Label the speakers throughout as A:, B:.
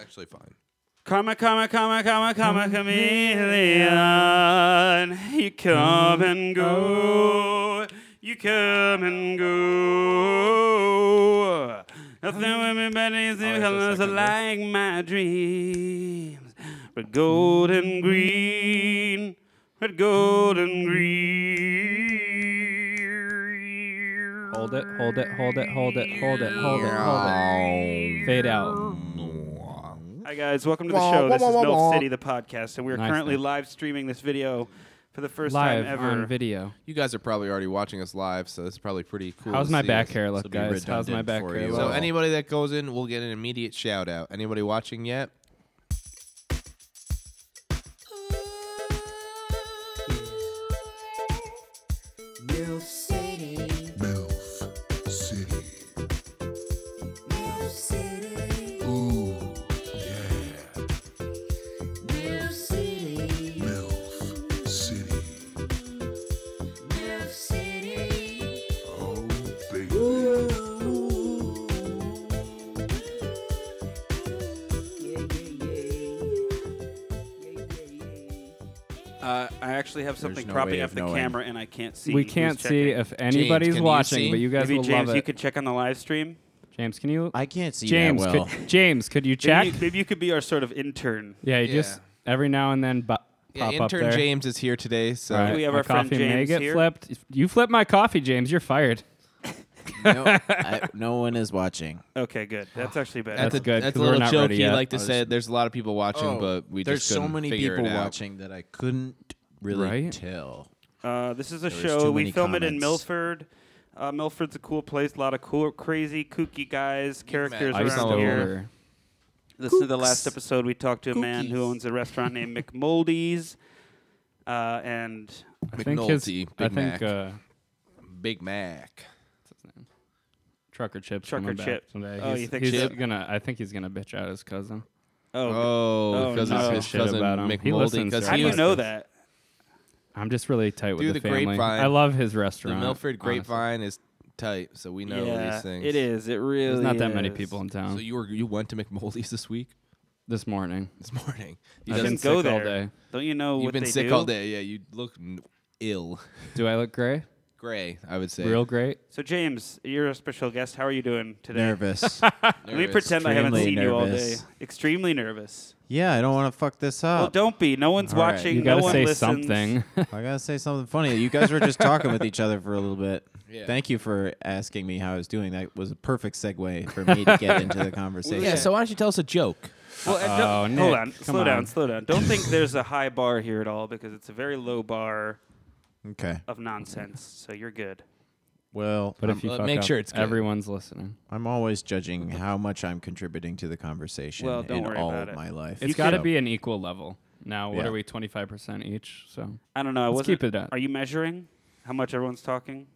A: actually fine.
B: Karma, karma, karma, karma, karma, chameleon. You come and go. You come and go. Nothing with me but these
A: that's the
B: colors
A: second
B: like my dreams. Red, gold, and green. Red, gold, and green.
C: Hold it, hold it, hold it, hold it, hold it, hold it, hold it. Fade out.
B: Hi guys, welcome to the
A: Wah,
B: show.
A: wah,
B: This
A: wah,
B: is
A: wah,
B: North
A: wah.
B: City, the podcast, and we are
C: Nice
B: currently
C: thing.
B: live streaming this video for the first
C: Live
B: time ever.
C: on video.
A: You guys are probably already watching us live, so it's probably pretty cool.
C: How's
A: to
C: my
A: see
C: back
A: us.
C: hair look,
D: This'll be
C: guys? How's my
D: redundant
C: back
D: for
C: hair
D: you.
C: look?
A: So
D: Well.
A: anybody that goes in will get an immediate shout out. Anybody watching yet?
E: MILF City.
F: MILF City.
E: MILF City.
F: Ooh, Oh, yeah.
E: MILF City.
F: MILF City.
E: MILF City.
F: Oh, baby.
E: Ooh. Yeah, yeah, yeah. Yeah, yeah, yeah.
B: Uh, I actually have something
D: no
B: cropping
D: way
B: up
D: of
B: the
D: knowing.
B: camera, and I can't see.
C: We
B: who's
C: can't see
B: checking.
C: if anybody's
A: can you
C: watching,
A: see?
C: but you guys
B: Maybe
C: will
B: James,
C: love
B: you
C: it.
B: could check on the live stream.
C: James, can you?
D: I can't see
C: James,
D: that well.
C: could, James, could you check?
B: Maybe you, maybe you could be our sort of intern.
C: yeah, you
A: Yeah.
C: just every now and then bu-
A: Yeah,
C: pop up there.
A: intern James is here today, so
C: All right,
B: We have
C: my
B: our friend
C: coffee may
B: James
C: get
B: here.
C: flipped. You flip my coffee, James. You're fired.
D: no, I- no one is watching.
B: Okay, good. That's actually better.
A: that's,
C: That's
A: a,
C: good,
A: That's a
C: 'cause we're
A: little
C: not ready
A: jokey,
C: yet.
A: like to say. There's a lot of people watching, but we
D: Oh, there's
A: just
D: so
A: couldn't
D: many
A: figure
D: people
A: it out.
D: watching that I couldn't really
C: Right?
D: tell.
B: Uh, this is a
D: There's
B: show
D: too
B: we
D: many
B: film it in
D: comments.
B: Milford. Uh, Milford's a cool place. A lot of cool, crazy, kooky guys, characters
A: Ice
B: around
A: all
B: here.
A: over.
B: This is the last episode. We talked to a man who owns a restaurant named McMoldy's, uh, and
C: I think his.
A: McNulty,
C: I
A: Big
C: think
A: Mac.
C: uh,
A: Big Mac.
C: Trucker Chip's
B: Trucker
C: coming back
B: Chip.
C: someday.
B: Oh,
C: he's,
B: you think
C: he's
A: Chip?
C: gonna? I think he's gonna bitch out his cousin.
B: oh,
A: Oh,
B: Oh,
A: because
B: no.
A: his
C: Shit
A: cousin
C: about him. He
A: McMulty.
C: listens
A: Because
C: to
B: how do
C: our
A: he
B: you
A: was
C: podcast.
B: know that?
C: I'm just really tight with
A: Through
C: the,
A: the
C: family.
A: grapevine.
C: I love his
A: the
C: restaurant. honestly.
A: Milford grapevine is tight, so we know
B: yeah,
A: these things.
B: it is. It really.
C: There's not that many
B: is.
C: people in town
A: So you were you went to McMulty's this week,
C: this morning.
A: this morning. You
C: I've
A: just-
C: been
B: doesn't go
C: sick all
B: there.
C: day.
B: Don't you know
A: you've
B: what
A: been
B: they
A: sick
B: do?
A: all day. Yeah, you look n- ill,
C: Do I look gray?
A: gray. I would say.
C: Real great.
B: So James, you're a special guest. How are you doing today?
D: Nervous.
B: Let me pretend I haven't seen
D: Extremely
B: you all day.
D: nervous.
B: Extremely nervous.
D: yeah, I don't want to fuck this up.
B: Well, don't be. No one's
D: All right.
B: watching.
C: Oh. You
B: no
C: gotta
B: one
C: say
B: listens.
C: something.
D: I gotta say something funny. You guys were just talking with each other for a little bit.
A: Yeah.
D: Thank you for asking me how I was doing. That was a perfect segue for me to get into the conversation.
A: Yeah. So why don't you tell us a joke?
B: Well,
C: Uh-oh,
B: and don't-
C: Nick,
B: hold on.
C: come
B: Slow down.
C: on.
B: Slow down. Don't think there's a high bar here at all because it's a very low bar
D: Okay.
B: of nonsense. So you're good.
D: Well,
C: But if
D: I'm-
C: you
A: uh,
C: fuck
A: make
C: up,
A: sure it's good.
C: everyone's listening.
D: I'm always judging how much I'm contributing to the conversation
B: Well, don't
D: in
B: worry
D: all
B: about
D: of
B: it.
D: my life.
C: It's got to be an equal level. Now, what
D: Yeah.
C: are we? Twenty five percent each. So
B: I don't know. I
C: Let's
B: wasn't-
C: keep it up.
B: Are you measuring how much everyone's talking?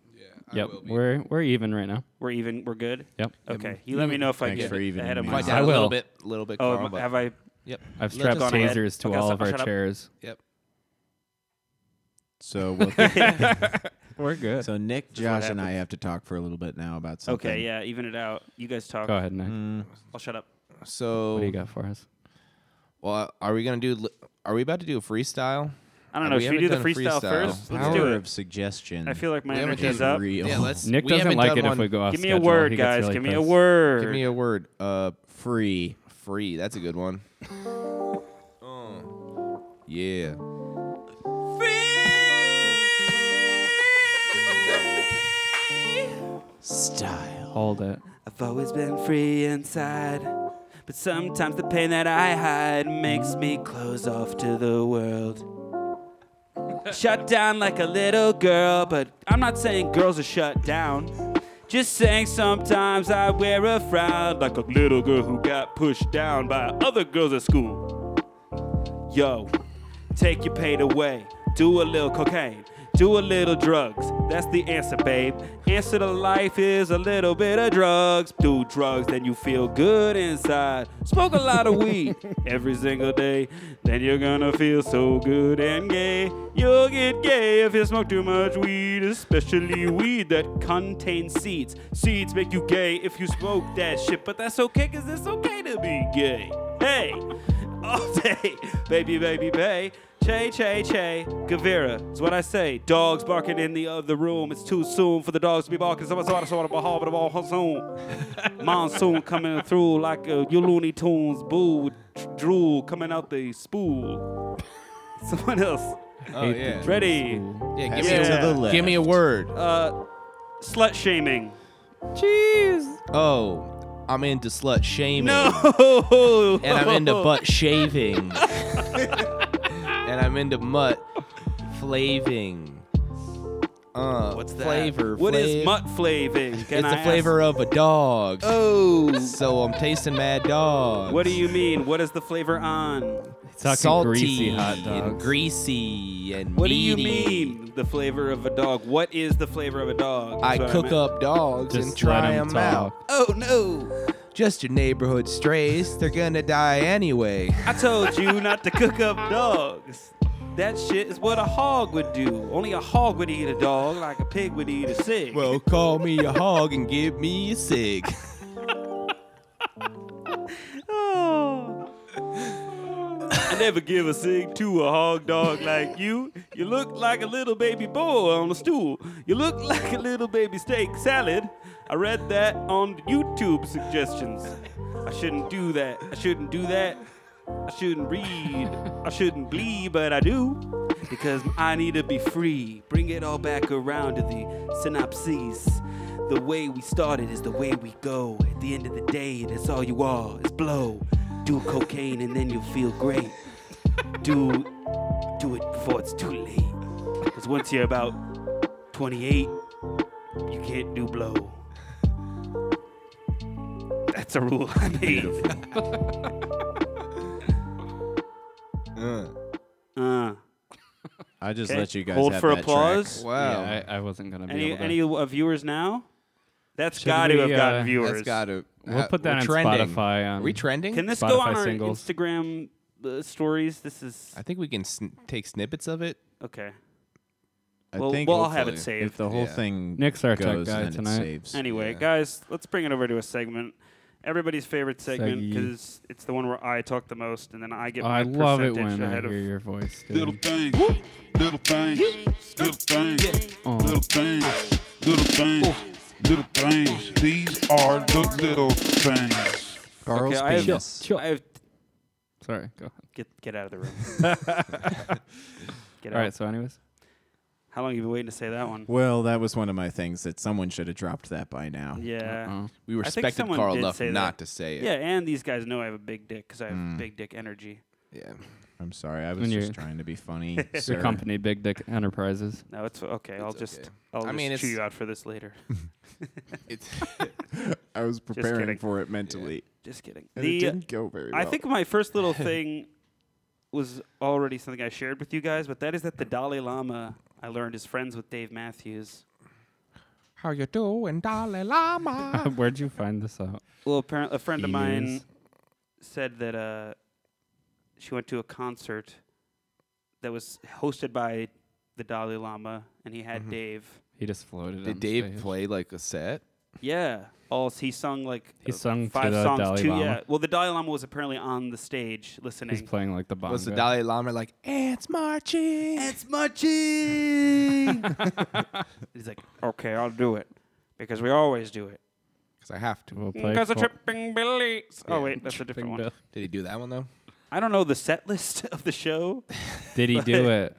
A: Yeah.
C: yep, we're we're even right now.
B: We're even. We're good.
C: Yep,
B: Okay. You let me know if I
D: Thanks
B: get
D: for evening
B: ahead of
D: me out.
A: Quiet
B: myself.
A: down a little
C: will.
A: bit, a little bit.
B: Oh,
A: calm,
B: am-
A: but-
B: have I?
A: Yep.
C: I've
A: Let
C: strapped
A: us-
B: ahead.
C: tasers to
B: Okay,
C: all
B: so-
C: of our
B: shut up.
C: chairs.
A: Yep.
D: So we'll
C: We're good.
D: So Nick,
B: is what
D: Josh, and I
B: happens.
D: have to talk for a little bit now about something.
B: Okay. Yeah. Even it out. You guys talk.
C: Go ahead, Nick.
B: I'll shut up.
C: What do you
A: So,
C: got for us?
A: well, are we gonna do? li- Are we about to do a freestyle?
B: I don't
A: Uh,
B: know.
A: we
B: should we do
A: haven't
B: the
A: done
B: freestyle,
A: a freestyle.
B: first? Let's do
D: Power
B: it.
D: of suggestion.
B: I feel like my
A: We haven't
B: energy's
A: done
B: up.
D: real.
A: Yeah, let's.
C: Nick
A: we
C: doesn't
A: haven't
C: like
A: done
C: it
A: one.
C: if we go off.
B: Give me a
C: schedule.
B: word,
C: He gets
B: guys.
C: really
B: Give me a
C: pissed.
B: word.
A: Give me a word. Uh,
D: free.
A: free. That's a good one. Uh. Yeah. Oh,
D: Style.
C: Hold it.
B: I've always been free inside, but sometimes the pain that I hide makes me close off to the world. shut down like a little girl, but I'm not saying girls are shut down. Just saying sometimes I wear a frown like a little girl who got pushed down by other girls at school. Yo, take your pain away, do a little cocaine. Do a little drugs. That's the answer, babe. Answer to life is a little bit of drugs. Do drugs, then you feel good inside. Smoke a lot of weed every single day. Then you're gonna feel so good and gay. You'll get gay if you smoke too much weed, especially weed that contains seeds. Seeds make you gay if you smoke that shit, but that's okay, cause it's okay to be gay. hey, all day, Oh, baby, baby, bay. Che, che, che, Gavira is what I say. Dogs barking in the other room. It's too soon for the dogs to be barking. Someone sort of sort of a harbor of all monsoon. Monsoon coming through like a you Looney Tunes boo dr- drool coming out the spool. Someone else.
A: Oh yeah.
B: Ready?
A: Yeah. Give,
D: Passing
B: Yeah.
D: to the
A: Me,
D: left.
A: give me a word.
B: Uh, slut shaming.
A: oh, I'm into slut shaming.
B: No.
A: And I'm into butt shaving. and I'm into mutt flaving. Uh,
B: What's that?
A: flavor?
B: What is
A: flav-
B: mutt flaving? Can
A: it's
B: I
A: the flavor of a dog.
B: Ask? Oh.
A: So I'm tasting mad dog.
B: What do you mean? What is the flavor on?
C: Talking
A: Salty
C: greasy hot
A: and
C: dogs.
A: greasy and
B: What do you
A: meaty.
B: mean? The flavor of a dog. What is the flavor of a dog?
A: I
B: That's what
A: cook
B: meant.
A: up dogs
C: Just
A: and try
C: let 'em
A: them out.
C: talk.
B: Oh no!
A: Just your neighborhood strays. They're gonna die anyway.
B: I told you not to cook up dogs. That shit is what a hog would do. Only a hog would eat a dog, like a pig would eat a sig.
A: Well, call me a hog and give me a cig.
B: Oh. I never give a sig to a hog dog like you. You look like a little baby boy on a stool. You look like a little baby steak salad. I read that on YouTube suggestions. I shouldn't do that. I shouldn't do that. I shouldn't read. I shouldn't bleed, but I do. Because I need to be free. Bring it all back around to the synopsis. The way we started is the way we go. At the end of the day, that's all you are is blow. Do cocaine and then you'll feel great. Do do it before it's too late. Because once you're about 28, you can't do blow. That's a rule I made.
A: Uh,
B: Uh,
D: I just
B: okay.
D: let you guys
B: hold
D: have
B: for
D: that
B: applause.
D: track.
A: wow.
C: Yeah, I, I wasn't gonna be
B: Any
C: able to.
B: any uh, viewers now? That's
C: Should
B: got to
C: we,
B: have gotten
C: uh,
B: viewers.
A: That's gotta.
C: We'll put that
A: we're
C: on
A: trending.
C: Spotify, um,
A: Are we trending?
B: Can this
C: Spotify
B: go on our
C: singles.
B: Instagram uh, stories? This is
A: I think we can sn- take snippets of it.
B: okay.
D: I
B: Well-
D: think
B: well, I'll have it
D: hopefully,
B: saved.
D: If the whole
A: Yeah.
D: thing
C: Nick's our tech
D: goes,
C: guy
D: then it
C: tonight.
D: saves.
B: Anyway,
A: Yeah.
B: guys, let's bring it over to a segment. Everybody's favorite segment
C: Seggy.
B: because it's the one where I talk the most, and then I get
C: Oh,
B: my
C: I love it
B: percentage
C: when I
B: ahead
C: hear
B: of.
C: your voice. dude.
F: Little things, little things, little things,
C: Oh.
F: little things, little things, little things. These are the little things.
D: Carl's
B: Okay, I have,
D: penis.
B: I have
C: Sorry, go ahead.
B: get get out of the room. get out.
C: All right. So, anyways,
B: How long have you been waiting to say that one?
D: Well, that was one of my things that someone should have dropped that by now.
B: Yeah.
C: Uh-oh.
A: We
B: think
A: respected
B: someone
A: Carl
B: did
A: enough
B: say that.
A: not to say it.
B: Yeah, and these guys know I have a big dick because I have
C: Mm.
B: big dick energy.
A: Yeah.
D: I'm sorry. I was
C: When you're-
D: just trying to be funny.
C: your
D: sir.
C: company, Big Dick Enterprises.
B: No, it's okay. I'll
A: It's
B: just
A: okay.
B: I'll
A: I
B: just
A: mean,
B: chew
A: it's-
B: you out for this later.
A: It's
D: I was
B: kidding.
D: preparing for it mentally.
B: Just kidding.
D: And it
B: The
D: didn't go very well.
B: I think my first little thing was already something I shared with you guys, but that is that the Dalai Lama I learned is friends with Dave Matthews.
A: how you doing, Dalai
B: Ah.
A: Lama?
C: Where'd you find this out?
B: Well, apparently a friend of mine
C: Emus.
B: said that uh, she went to a concert that was hosted by the Dalai Lama, and he had
C: Mm-hmm.
B: Dave.
C: He just floated.
A: Did
C: on
A: Dave
C: stage.
A: play like a set?
B: Yeah. All he sung like
C: He
B: uh,
C: sung to
B: five
C: the
B: songs.
C: Dalai
B: two,
C: Lama.
B: yeah. Well, the Dalai Lama was apparently on the stage listening.
C: He's playing like the bongo.
A: Was the Dalai Lama like ants marching?
B: It's marching. He's like, okay, I'll do it because we always do it.
A: Because I have to.
C: We'll play
B: Because of
C: Fol-
B: tripping Billy's. Oh wait, that's a different
C: Bing
B: one.
C: Bell.
A: Did he do that one though?
B: I don't know the set list of the show.
C: Did he do it?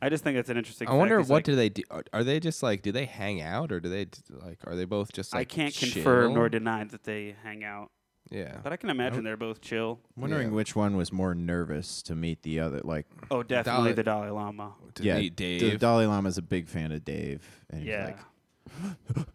B: I just think that's an interesting.
A: I
B: fact.
A: wonder
B: It's
A: what
B: like,
A: do they do? Are, are they just like? Do they hang out or do they d- like? Are they both just
B: I
A: like?
B: can't
A: chill?
B: confirm nor deny that they hang out,
A: Yeah.
B: but I can imagine they're both chill.
D: I'm wondering
A: Yeah.
D: which one was more nervous to meet the other. Like,
B: Oh, definitely
A: Dalai-
B: the Dalai Lama.
A: To
D: yeah,
A: meet
D: the
A: Dave.
D: Dalai Lama's a big fan of Dave, and he's
B: Yeah.
D: like,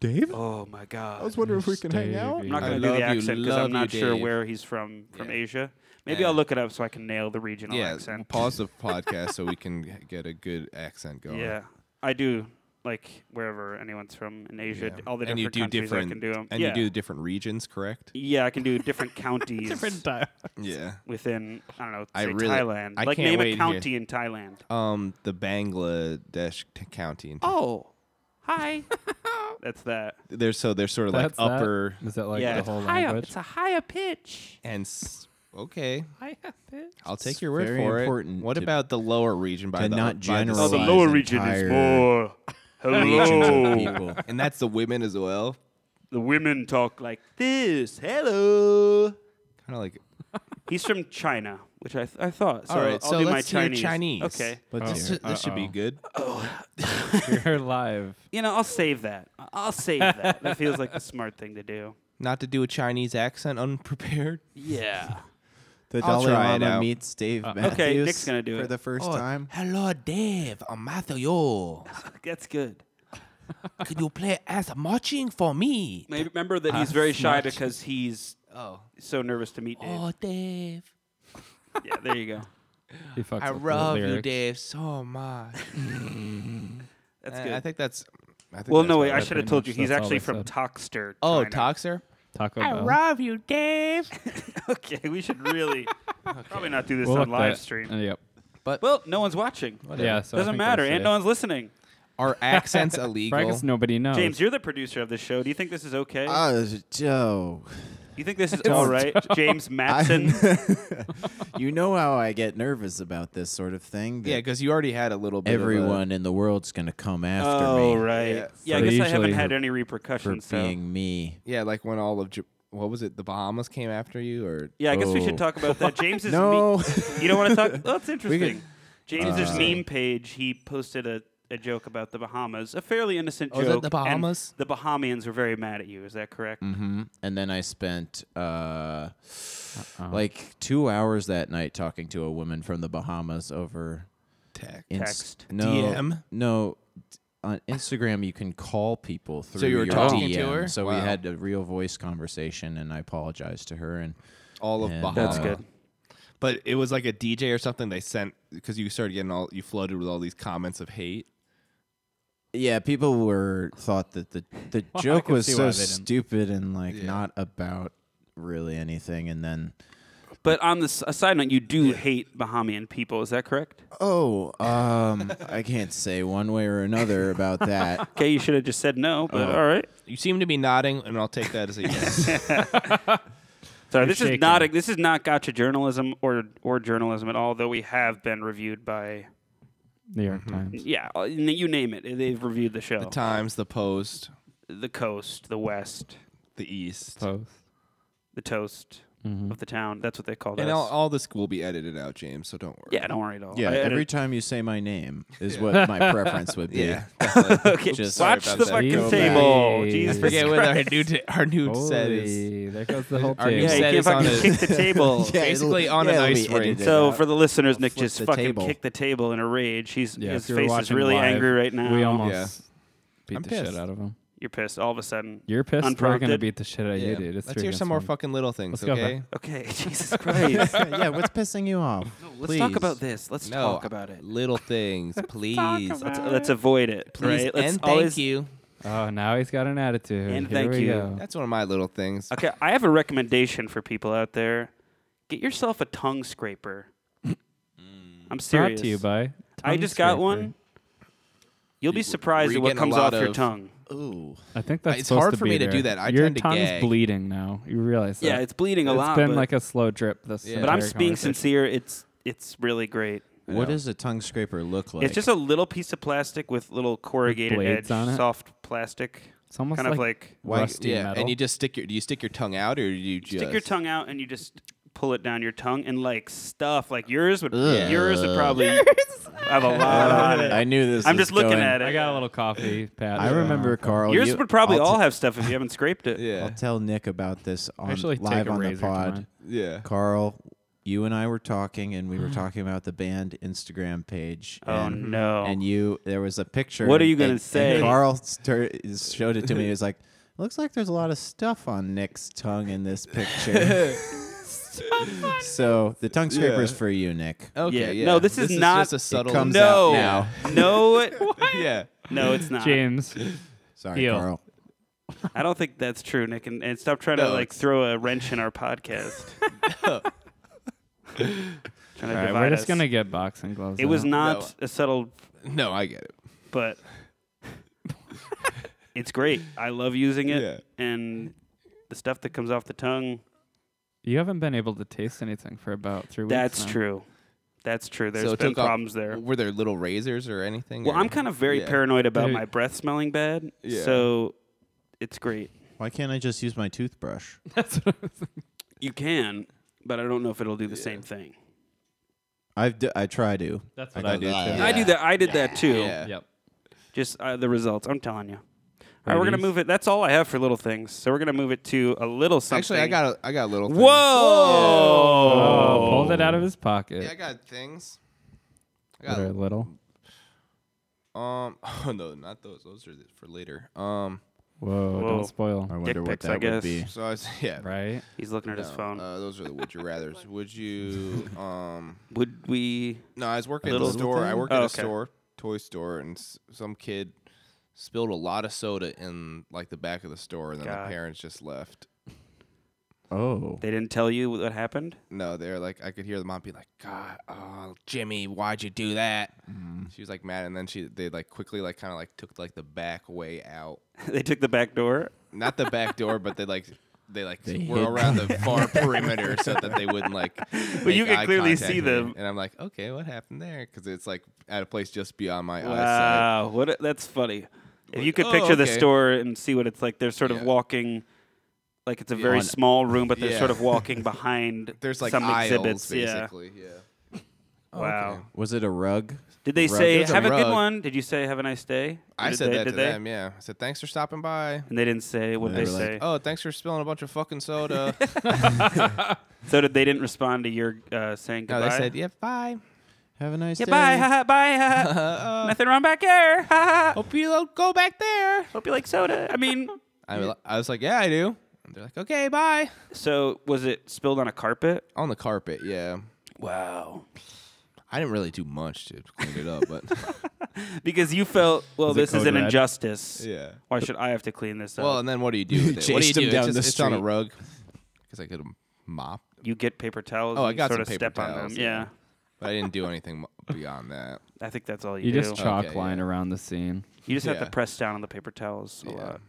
D: Dave.
B: oh my God.
D: wondering if we
C: Davey.
B: I'm not
A: I
B: going to do the
A: love you,
B: accent because
A: love
B: I'm
A: you,
B: not sure
A: Dave.
B: where he's from from
A: Yeah.
B: Asia. Maybe
A: Yeah.
B: I'll look it up so I can nail the regional
A: yeah.
B: accent.
A: Pause the podcast so we can g- get a good accent going.
B: Yeah, I do like wherever anyone's from in Asia,
A: Yeah.
B: d- all the
A: and
B: different
A: you do
B: countries
A: different,
B: I can do 'em.
A: and
B: yeah.
A: you do different regions, correct?
B: yeah, I can do different counties
C: time.
A: Yeah.
B: within I don't know,
A: I
B: say
A: really-
B: Thailand.
A: I
B: like
A: can't
B: name
A: wait
B: a
A: here.
B: county in Thailand.
A: Um, the Bangladesh t- county. In
B: Oh, hi. That's that.
D: They're so they're sort of like
C: That's that?
D: upper
C: Is that like
B: yeah,
C: the
B: it's
C: whole
B: higher.
C: language?
B: It's a higher pitch.
A: and s- okay,
C: High up pitch.
A: I'll take
D: It's
A: your word
D: very
A: for
D: important
A: it. What
D: to-
A: about the lower region by
D: to
A: the
D: not
A: by the
D: generalize.
B: Oh, the
A: sea?
D: Size
B: lower region
D: entire-
B: is more.
D: regions of
B: Hello.
D: people.
A: and that's the women as well.
B: the women talk like this. Hello.
A: Kind of like
B: He's from China, which I, th- I thought. So
A: all right.
B: Oh, I'll
A: so
B: do
A: let's
B: my
A: hear
B: Chinese.
A: Chinese. Oh.
B: Okay.
D: Let's
A: This
D: hear
A: should-
D: it.
A: this should be
C: Uh-oh.
A: good.
C: You're live.
B: You know, I'll save that. I- I'll save that. that feels like the smart thing to do.
A: Not to do a Chinese accent unprepared.
B: Yeah.
D: The
A: I'll
D: Dalai
A: try it
D: Lama
A: out.
D: meets Dave Matthews.
B: Uh, okay, Nick's gonna do
D: for
B: it.
D: the first time.
A: Oh, Hello, Dave. I'm Matthew.
B: That's good.
A: Could you play as marching for me?
B: Maybe remember that he's very shy because he's
A: Oh.
B: so nervous to meet Dave.
A: Dave.
B: Yeah, there you go.
C: He fucks
A: I
C: up the
A: love you,
C: lyrics.
A: Dave, so much.
B: That's
A: Uh,
B: good.
A: I think that's. I think
B: well,
A: that's
B: no,
A: what
B: wait. I
A: it-
B: should have
C: pretty
B: told
C: much
B: you he's
C: that's all
B: actually
C: they
B: from
C: said.
B: Toxter.
A: Oh,
B: China.
A: Toxer.
C: Taco Bell.
A: love you, Dave.
B: Okay, we should really probably not do this
C: We'll
B: on
C: look
B: live
C: that-
B: stream.
C: uh, yep.
B: well, no one's watching.
C: Yeah. So I
B: Doesn't
C: think that's
B: matter, and
C: it.
B: no one's listening.
A: Are accents
C: Right,
A: illegal?
C: 'cause nobody knows.
B: James, you're the producer of the show. Do you think this is okay?
D: Oh, Joe.
B: you think this is all right? James Matson.
D: you know how I get nervous about this sort of thing.
A: Yeah,
D: that
A: because you already had a little bit. of a-
D: everyone in the world's gonna come after
B: oh,
D: me
B: right. Yeah,
A: Yeah.
B: I
C: So
B: guess I haven't
C: usually
B: had any
D: for
B: repercussions. So.
D: being me.
A: yeah, like when all of Ja- what was it? The Bahamas came after you, or
B: Yeah, I guess we
D: Oh.
B: should talk about that. James is
D: No.
B: Me- you don't want to talk. Well, that's interesting.
A: Uh,
B: James's meme page. He posted a, a joke about the Bahamas, a fairly innocent
A: Oh, is
B: joke.
A: that the
B: and
A: Bahamas?
B: The Bahamians were very mad at you. Is that correct?
D: hmm And then I spent uh, like two hours that night talking to a woman from the Bahamas over
A: tech?
D: Inst-
B: Text.
D: No,
A: DM?
D: no. On Instagram, you can call people through.
A: you were
D: your
A: talking
D: DM.
A: to her?
D: So we
A: Wow.
D: had a real voice conversation, and I apologized to her. And
A: All of
D: And,
A: Bahamas.
B: That's
D: Uh,
B: good.
A: But it was like a DJ or something they sent because you started getting all you flooded with all these comments of hate.
D: yeah, people were thought that the the joke
C: can
D: was
C: see
D: so
C: why they didn't.
D: stupid and like not about really anything. And then
B: But on the s- a side note, you do hate Bahamian people. Is that correct?
D: oh, um, I can't say one way or another about that.
B: Okay, you should have just said no. But
D: Oh.
B: all right.
A: You seem to be nodding, and I'll take that as a yes.
B: Sorry,
C: You're
B: this is not a,
C: shaking.
B: this is not gotcha journalism or or journalism at all. Though we have been reviewed by
C: New York
A: Mm-hmm.
C: Times.
B: yeah, uh, you name it. They've reviewed the show, the,
A: Times, the Post,
B: coast, the west,
A: the East,
C: Post. Mm-hmm.
B: the toast of the town. That's what they called
A: and
B: us.
A: all, all this will be edited out, James. So don't worry.
B: yeah, don't worry at all.
D: Yeah,
B: I edit-
D: every time you say my name is what my preference would be.
A: yeah. definitely.
B: Okay,
D: Just- Sorry
B: watch
A: about
B: the
A: that.
B: fucking
C: Go back.
B: table.
C: Hey.
B: Jesus
A: Forget
B: Christ.
A: what our new t- our new set is.
C: Holy, there goes the whole
A: Our
B: Yeah, you
C: table.
A: new set
B: can't
A: is on
B: fucking
A: a-
B: kick the table.
D: Yeah, it'll-
A: Basically on
D: yeah,
A: an
D: it'll be
A: ice rink.
D: edited
B: So
D: out.
B: for the listeners, Nick
D: Flip
B: just
D: the
B: fucking
D: table.
B: kicked the table in a rage. He's
C: Yeah,
B: his
C: if you were
B: face is
C: watching
B: really
C: live,
B: angry right now.
C: We almost beat
A: I'm
C: the
A: pissed.
C: shit out of him.
B: You're pissed all of a sudden.
C: You're pissed. We're gonna
B: Unprompted.
C: beat the shit out of you, dude. It's
A: Let's
C: three
A: hear
C: against
A: some more
C: one.
A: fucking little things,
C: Let's go,
A: okay?
C: Beth.
B: okay, Jesus Christ.
D: yeah, what's pissing you off?
B: Let's talk about this. Let's
A: No,
B: talk about it.
A: Little things, please.
B: Let's, let's avoid it.
A: Please
B: right? Let's
A: and
B: always-
A: thank you.
C: Oh, now he's got an attitude.
B: And
C: Here
B: thank
C: we
B: you.
C: Go.
A: That's one of my little things.
B: Okay, I have a recommendation for people out there. Get yourself a tongue scraper. I'm
C: Brought
B: serious.
C: to you by.
B: I
C: Tongue
B: just got
C: Scraper.
B: one. You'll be surprised
A: were
B: at
A: you
B: what
A: getting a
B: comes off
A: lot
B: your
A: of-
B: tongue.
D: Ooh.
C: I think that's
A: It's
C: supposed
A: hard
C: to
A: for
C: be
A: me to
C: there.
A: do that. I
C: Your
A: tend to
C: tongue's
A: gag.
C: bleeding now. You realize
B: Yeah,
C: that?
B: it's bleeding a lot.
C: It's
B: but,
C: been like a slow drip. This.
A: Yeah.
B: but I'm
C: entire
B: just being
C: conversation.
B: sincere. It's it's really great.
D: What does a tongue scraper look like?
B: it's just a little piece of plastic with little corrugated edge,
C: blades on it?
B: soft plastic,
C: It's almost
B: kind
C: like,
B: of like
A: Why-
C: rusty
A: yeah,
C: metal.
A: and you just stick your do you stick your tongue out or do you just
B: stick your tongue out and you just pull it down your tongue and like stuff like yours would
D: Ugh.
B: yours would probably have a lot on it.
D: I knew this.
B: I'm
D: was
B: just looking
D: going-
B: at it.
C: I got a little coffee, Pat.
D: I
C: so-
D: remember Carl.
B: Yours
D: you-
B: would probably
D: I'll
B: all
D: t-
B: have stuff if you haven't scraped it.
A: Yeah.
D: I'll tell Nick about this on
C: Actually, take
D: live
C: a
D: on the
C: razor to
D: pod.
C: mine.
A: yeah.
D: Carl, you and I were talking, and we were talking about the band Instagram page.
B: Mm-hmm. Oh
D: and,
B: no.
D: And you, there was a picture.
B: What are you
D: and-
B: gonna
D: and
B: say?
D: Carl stir- showed it to me. He was like, "Looks like there's a lot of stuff on Nick's tongue in this picture." so the tongue scraper is
A: Yeah.
D: for you, Nick.
A: Okay.
B: Yeah,
A: Yeah.
B: no, this is not-
A: just a subtle.
D: comes out.
B: no.
D: now.
B: no. it-
A: yeah.
B: No, it's not.
C: James.
D: Sorry,
C: Deal.
D: Carl.
B: I don't think that's true, Nick. And, and stop trying to
A: No,
B: like
A: it's-
B: throw a wrench in our podcast. trying to
C: All right,
B: divide
C: we're just
B: us.
C: gonna get boxing gloves.
B: It was
C: out.
B: not a subtle,
A: No, I get it.
B: but It's great. I love using it,
A: Yeah.
B: and the stuff that comes off the tongue.
C: You haven't been able to taste anything for about three weeks.
B: That's
C: now.
B: true. That's true. There's
A: it
B: been
A: took off-
B: problems there.
A: Were there little razors or anything?
B: Well,
A: or-
B: I'm kind of very
A: Yeah.
B: paranoid about
C: Dude.
B: my breath smelling bad,
A: Yeah.
B: so it's great.
D: Why can't I just use my toothbrush?
C: That's what I was thinking.
B: You can, but I don't know if it'll do the same thing.
D: I've d- I try to.
C: That's
D: I
C: what I,
D: got
C: do too.
D: that.
B: I do
A: Yeah.
B: that. I did that too.
A: Yeah.
C: Yep.
B: Just uh, the results. I'm telling you. All right, we're gonna
C: Ladies.
B: move it. That's all I have for little things. So we're gonna move it to a little something.
A: Actually, I got a, I got a little.
B: Whoa!
A: thing.
C: Oh, pulled it out of his pocket.
A: Yeah, I got things. I
C: that
A: got
C: are little.
A: um. Oh no, not those. Those are for later. Um.
C: Whoa,
B: Whoa.
C: Don't spoil.
D: I wonder what
B: pics,
D: that
B: I
D: would
B: guess.
D: be.
A: So I was yeah.
C: Right.
B: He's looking at his
A: no,
B: phone.
A: Uh, those are the would you rather's. Would you um?
B: Would we?
A: No, I was working
B: Little
A: at a store. I
D: thing?
A: worked
B: Oh,
A: at a
B: okay.
A: store, toy store, and s- some kid spilled a lot of soda in like the back of the store, and then
B: God.
A: the parents just left.
D: Oh.
B: They didn't tell you what happened.
A: No, they're like, I could hear the mom be like, "God, oh, Jimmy, why'd you do that?"
B: Mm-hmm.
A: She was like mad, and then she they like quickly like kind of like took like the back way out,
B: they took the back door.
A: not the back door, but they like. They like
D: They
A: were
D: hid-
A: around the far perimeter so that they wouldn't like. But
B: you can clearly see them.
A: and I'm like, okay, what happened there? Because it's like at a place just beyond my eyesight.
B: Wow, what? A, that's funny. If
A: Like,
B: you could
A: oh,
B: picture the
A: okay.
B: store and see what it's like, they're sort of
A: Yeah.
B: walking. Like it's a
A: Yeah.
B: very
A: On-
B: small room, but they're
A: Yeah.
B: sort of walking behind.
A: There's like
B: some
A: aisles,
B: exhibits.
A: basically. Yeah.
B: Yeah. Wow.
A: okay.
D: Was it a rug?
B: Did they
D: Rug.
B: say
A: There's a
B: have a, good
A: rug.
B: one? Did you say have a nice day? Or
A: I
B: did
A: said
B: they,
A: that
B: did
A: to
B: they?
A: them. Yeah. I said thanks for stopping by.
B: And they didn't say what
D: And
B: they
D: they were like,
B: say.
A: Oh, thanks for spilling a bunch of fucking soda.
B: So did they didn't respond to your uh, saying
A: no,
B: goodbye?
A: they said, yeah, bye. "Uh,
D: Have a nice
B: yeah,
D: day.
B: bye, haha, bye, haha. nothing wrong back here. haha.
A: Hope you don't go back there.
B: Hope you like soda. I mean,
A: I, was- I was like, yeah, I do. And they're like, okay, bye.
B: so was it spilled on a carpet?
A: On the carpet, yeah.
B: Wow.
A: I didn't really do much to clean it up, but
B: Because you felt, well,
D: it
B: this is
D: code
B: an
D: red?
B: injustice.
A: yeah.
B: Why should I have to clean this up?
A: Well, and then what do you do with it? What do you
D: chased
A: do?
D: him
A: It's,
D: down
A: just-
D: the
A: it's on a
D: street.
A: rug. Because I could mop,
B: you get paper towels.
A: Oh,
B: and
A: I
B: you
A: got
B: sort
A: some
B: of
A: paper
B: step on
A: towels,
B: them.
A: yeah.
B: Yeah.
A: but I didn't do anything mo- beyond that.
B: I think that's all you,
C: You
B: do.
C: just chalk
A: Okay,
C: line
A: yeah.
C: around the scene.
B: you just have
A: yeah.
B: to press down on the paper towels a
A: Yeah.
B: lot.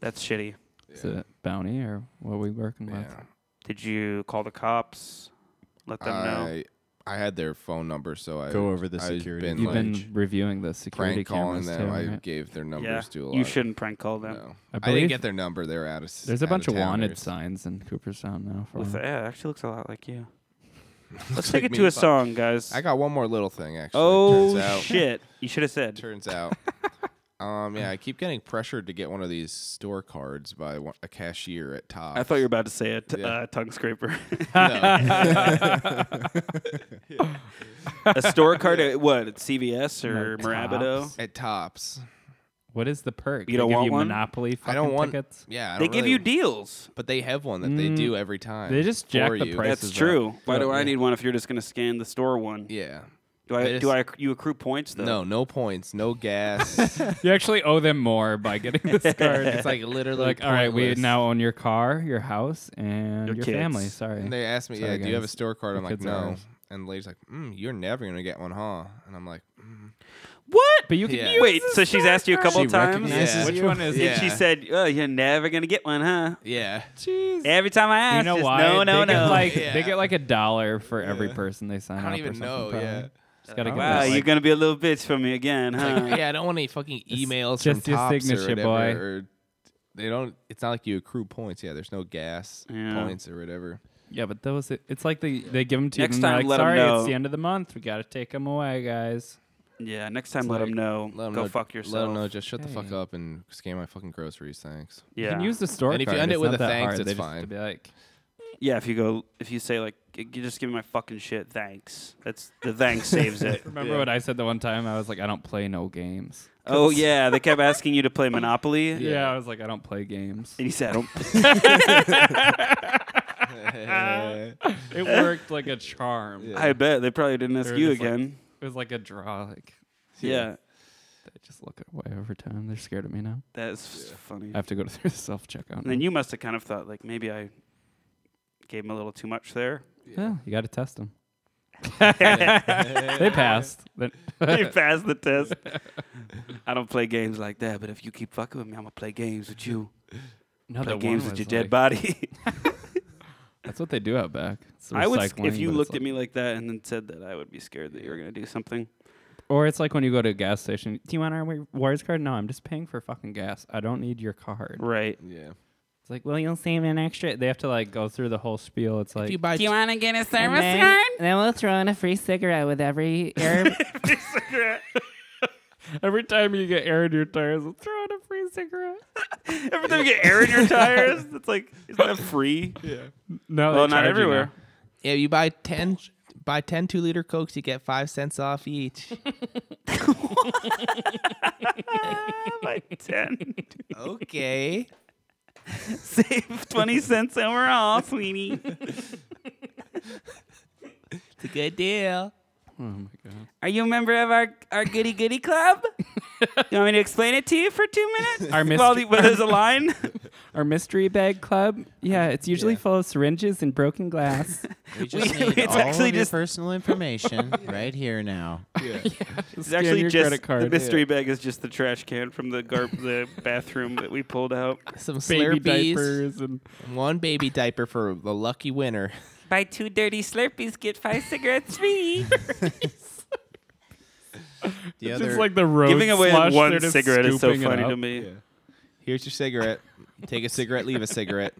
B: That's shitty.
C: Is it bounty or what we working with?
A: Yeah.
B: Did you call the cops? Let them know.
A: I, I had their phone number, so I
D: Go over the
A: I've
D: security.
A: Been,
C: You've
A: like,
C: been reviewing the security
A: prank calling
C: cameras
A: them.
C: too.
A: I
C: right?
A: gave their numbers
B: Yeah.
A: to a lot.
B: You
A: of-
B: shouldn't prank call them.
A: No.
C: I
A: I,
C: believe-
A: didn't get their number. They're out of.
C: There's a bunch of wanted
A: signs.
C: signs in Cooperstown now for
B: With
C: him.
B: yeah, actually looks a lot like you. Let's
A: Looks
B: take it
A: like me
B: to a
A: if I-
B: song, guys.
A: I got one more little thing actually.
B: oh
A: turns out,
B: shit! You should have said.
A: Turns out. Um, yeah, I keep getting pressured to get one of these store cards by one, a cashier at Tops.
B: I thought you were about to say a t-
A: Yeah.
B: uh, tongue scraper.
A: No.
B: a store card at what? At CVS or
C: Like
B: Morabito?
C: Tops.
A: at Tops.
C: What is the perk?
B: You
C: They
B: don't
C: give
B: want
C: you
B: one?
C: Monopoly fucking
A: I don't want.
C: tickets.
A: Yeah, I
B: They
A: don't
B: give
A: really-
B: you deals.
A: but they have one that they
C: Mm.
A: do every time.
C: They just jack
A: for
C: the
A: you.
C: price.
B: That's
C: prices up.
B: true. Why do I
A: Yeah.
B: need one if you're just gonna scan the store one?
A: Yeah.
B: Do I?
A: I
B: do
A: just-
B: I? acc- You accrue points though.
A: No, no points, no gas.
C: You actually owe them more by getting this card.
A: it's like literally
C: like, all right, we
A: pointless.
C: now own your car, your house, and
B: Your
C: your, family.
B: kids.
C: Sorry.
A: And they asked me,
C: Sorry,
A: yeah, do you have a
C: guys.
A: store card?
C: The
A: I'm like,
C: kids are
A: no.
C: ours.
A: And the lady's like, mm, you're never gonna get one, huh? And I'm like, mm.
B: What?
C: but you can
A: Yeah.
C: use
B: Wait.
C: this
B: So she's asked you a
C: store
B: couple
D: She
B: times. And
A: recognizes Yeah.
C: card.
A: you?
C: Which one is
A: Yeah.
B: She said, "Oh, you're never gonna get one, huh?"
A: yeah.
C: Jeez.
B: Every time I ask,
C: You know
B: just,
C: why?
B: No, no,
C: they
B: no.
C: Get like,
A: Yeah.
C: They get like a dollar for every person they sign
A: I
C: up.
A: don't
C: or
A: even
C: something,
A: know.
C: probably.
A: Yeah.
C: Just gotta get
B: wow,
C: that,
B: you're
C: like,
B: gonna be a little bitch for me again, huh?
A: Like, yeah, I don't want any fucking emails
C: just
A: from
C: your
A: Tops
C: signature,
A: or whatever.
C: boy.
A: Or they don't. It's not like you accrue points. Yeah, there's no gas
B: Yeah.
A: points or whatever.
C: Yeah, but those it's like they they give them to
B: Next
C: you. and they're
B: time,
C: like,
B: let 'em
C: Sorry,
B: know."
C: it's the end of the month. We gotta take them away, guys.
B: Yeah, next time let
A: like,
B: them know.
A: Let 'em
B: Go
A: know,
B: fuck yourself.
A: Let them know. Just shut the fuck
C: Hey.
A: up and scan my fucking groceries. Thanks.
B: yeah.
C: You can use the store
A: And if you
C: card.
A: end it
C: it's
A: with
C: not
A: a
C: that
A: thanks,
C: hard.
A: it's
C: They just
A: fine.
C: have to Be like,
B: yeah, if you go, if you say like, "G- you just give me my fucking shit, thanks. That's the thanks saves it.
C: remember what I said the one time? I was like, I don't play no games.
B: oh yeah, they kept asking you to play Monopoly.
C: Yeah, I was like, I don't play games.
B: And he said, I don't.
C: it worked like a charm.
B: I bet they probably didn't ask
C: They're
B: you
C: just like-
B: again.
C: It was like a draw. Like
B: yeah,
C: they just look away over time. They're scared of me now.
B: that's funny.
C: I have to go through the self checkout.
B: And then you must have kind of thought like maybe I gave him a little too much there.
C: yeah, you got to test them. they passed. Then-
B: you passed the test. I don't play games like that, but if you keep fucking with me, I'm gonna play games with you.
C: Another
B: Play
C: one
B: games with
C: was
B: your dead
C: like-
B: body.
C: That's what they do out back. It's
B: I would,
C: recycling,
B: if you
C: but it's
B: looked
C: like-
B: at me like that and then said that, I would be scared that you were gonna do something.
C: Or it's like when you go to a gas station. Do you want our wi- wires card? No, I'm just paying for fucking gas. I don't need your card.
B: Right.
A: Yeah.
C: It's like, well, you'll save an extra. They have to like go through the whole spiel. It's like,
A: buy
G: want to get a service card? Then we'll throw in a free cigarette with every air.
C: every time you get air in your tires, we'll throw in a free cigarette.
B: Every time you get air in your tires, it's like, isn't that free?
C: No,
B: Well, not
C: they charge you now.
B: everywhere.
A: Yeah, you buy 10 buy 10 2 liter cokes, you get 5 cents off each.
B: Ah, By 10.
A: okay.
B: Save 20 cents overall, sweetie.
A: It's a good deal.
B: Are you a member of our, our goody goody club? you want me to explain it to you for two minutes?
C: Our
B: Well,
C: mystery-
B: there's a line.
C: Our mystery bag club. Yeah, it's usually full of syringes and broken glass.
D: We just
B: We-
D: need
B: it's
D: all
B: actually
D: of your
B: just-
D: personal information right here now.
B: It's
C: Scan
B: actually
C: your
B: just
C: credit card.
B: the mystery bag is just the trash can from the gar- the bathroom that we pulled out.
A: Some
C: Baby
A: Slurpees.
C: diapers and
A: One baby diaper for the lucky winner.
B: Buy two dirty Slurpees, get five cigarettes free.
D: The
C: just
D: other,
C: like the road
B: Giving away
C: slush,
B: one
C: they're just
B: cigarette is so
C: scooping it
B: funny to
C: up.
B: me.
A: Here's your cigarette. Take a cigarette, leave a cigarette.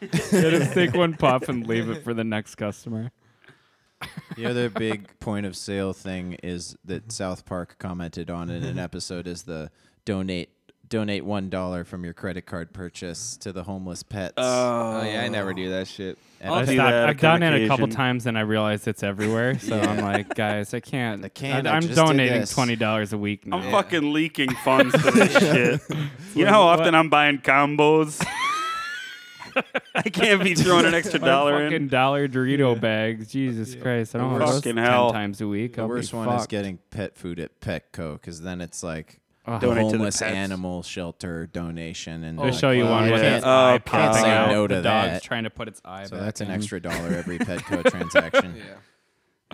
C: They just take one puff and leave it for the next customer.
D: the other big point of sale thing is that South Park commented on in an episode is the donate donate one dollar from your credit card purchase to the homeless pets.
A: Oh yeah, I never do that shit.
D: And
B: I'll
D: I-
B: do that
C: I've
B: on
C: done it a couple
B: occasion.
C: times and I realized it's everywhere. So I'm like, guys, I can't.
D: I can't, I
C: am
D: just did
C: donating
D: this."
C: twenty dollars a week now.
B: I'm fucking leaking funds for this shit. You know how often I'm buying combos? I can't be throwing an extra dollar
C: fucking
B: in.
C: dollar Dorito bags. Jesus Christ, I don't want those
B: Fucking
C: ten
B: hell.
C: times a week.
D: the
C: I'll
D: worst
C: be
D: one is
C: fucked.
D: getting pet food at Petco because then it's like
C: Oh,
D: a
B: Donate to the
D: homeless
B: pets.
D: animal shelter donation, and
C: They'll
D: like,
C: show you
D: well,
C: one
D: I
C: with
D: can't-
C: its eye
B: can't
C: popping
B: say
C: out.
D: no to
C: the dog's
D: that.
C: trying to put its eye.
D: So
C: back
D: that's an
C: in.
D: extra dollar every Petco transaction.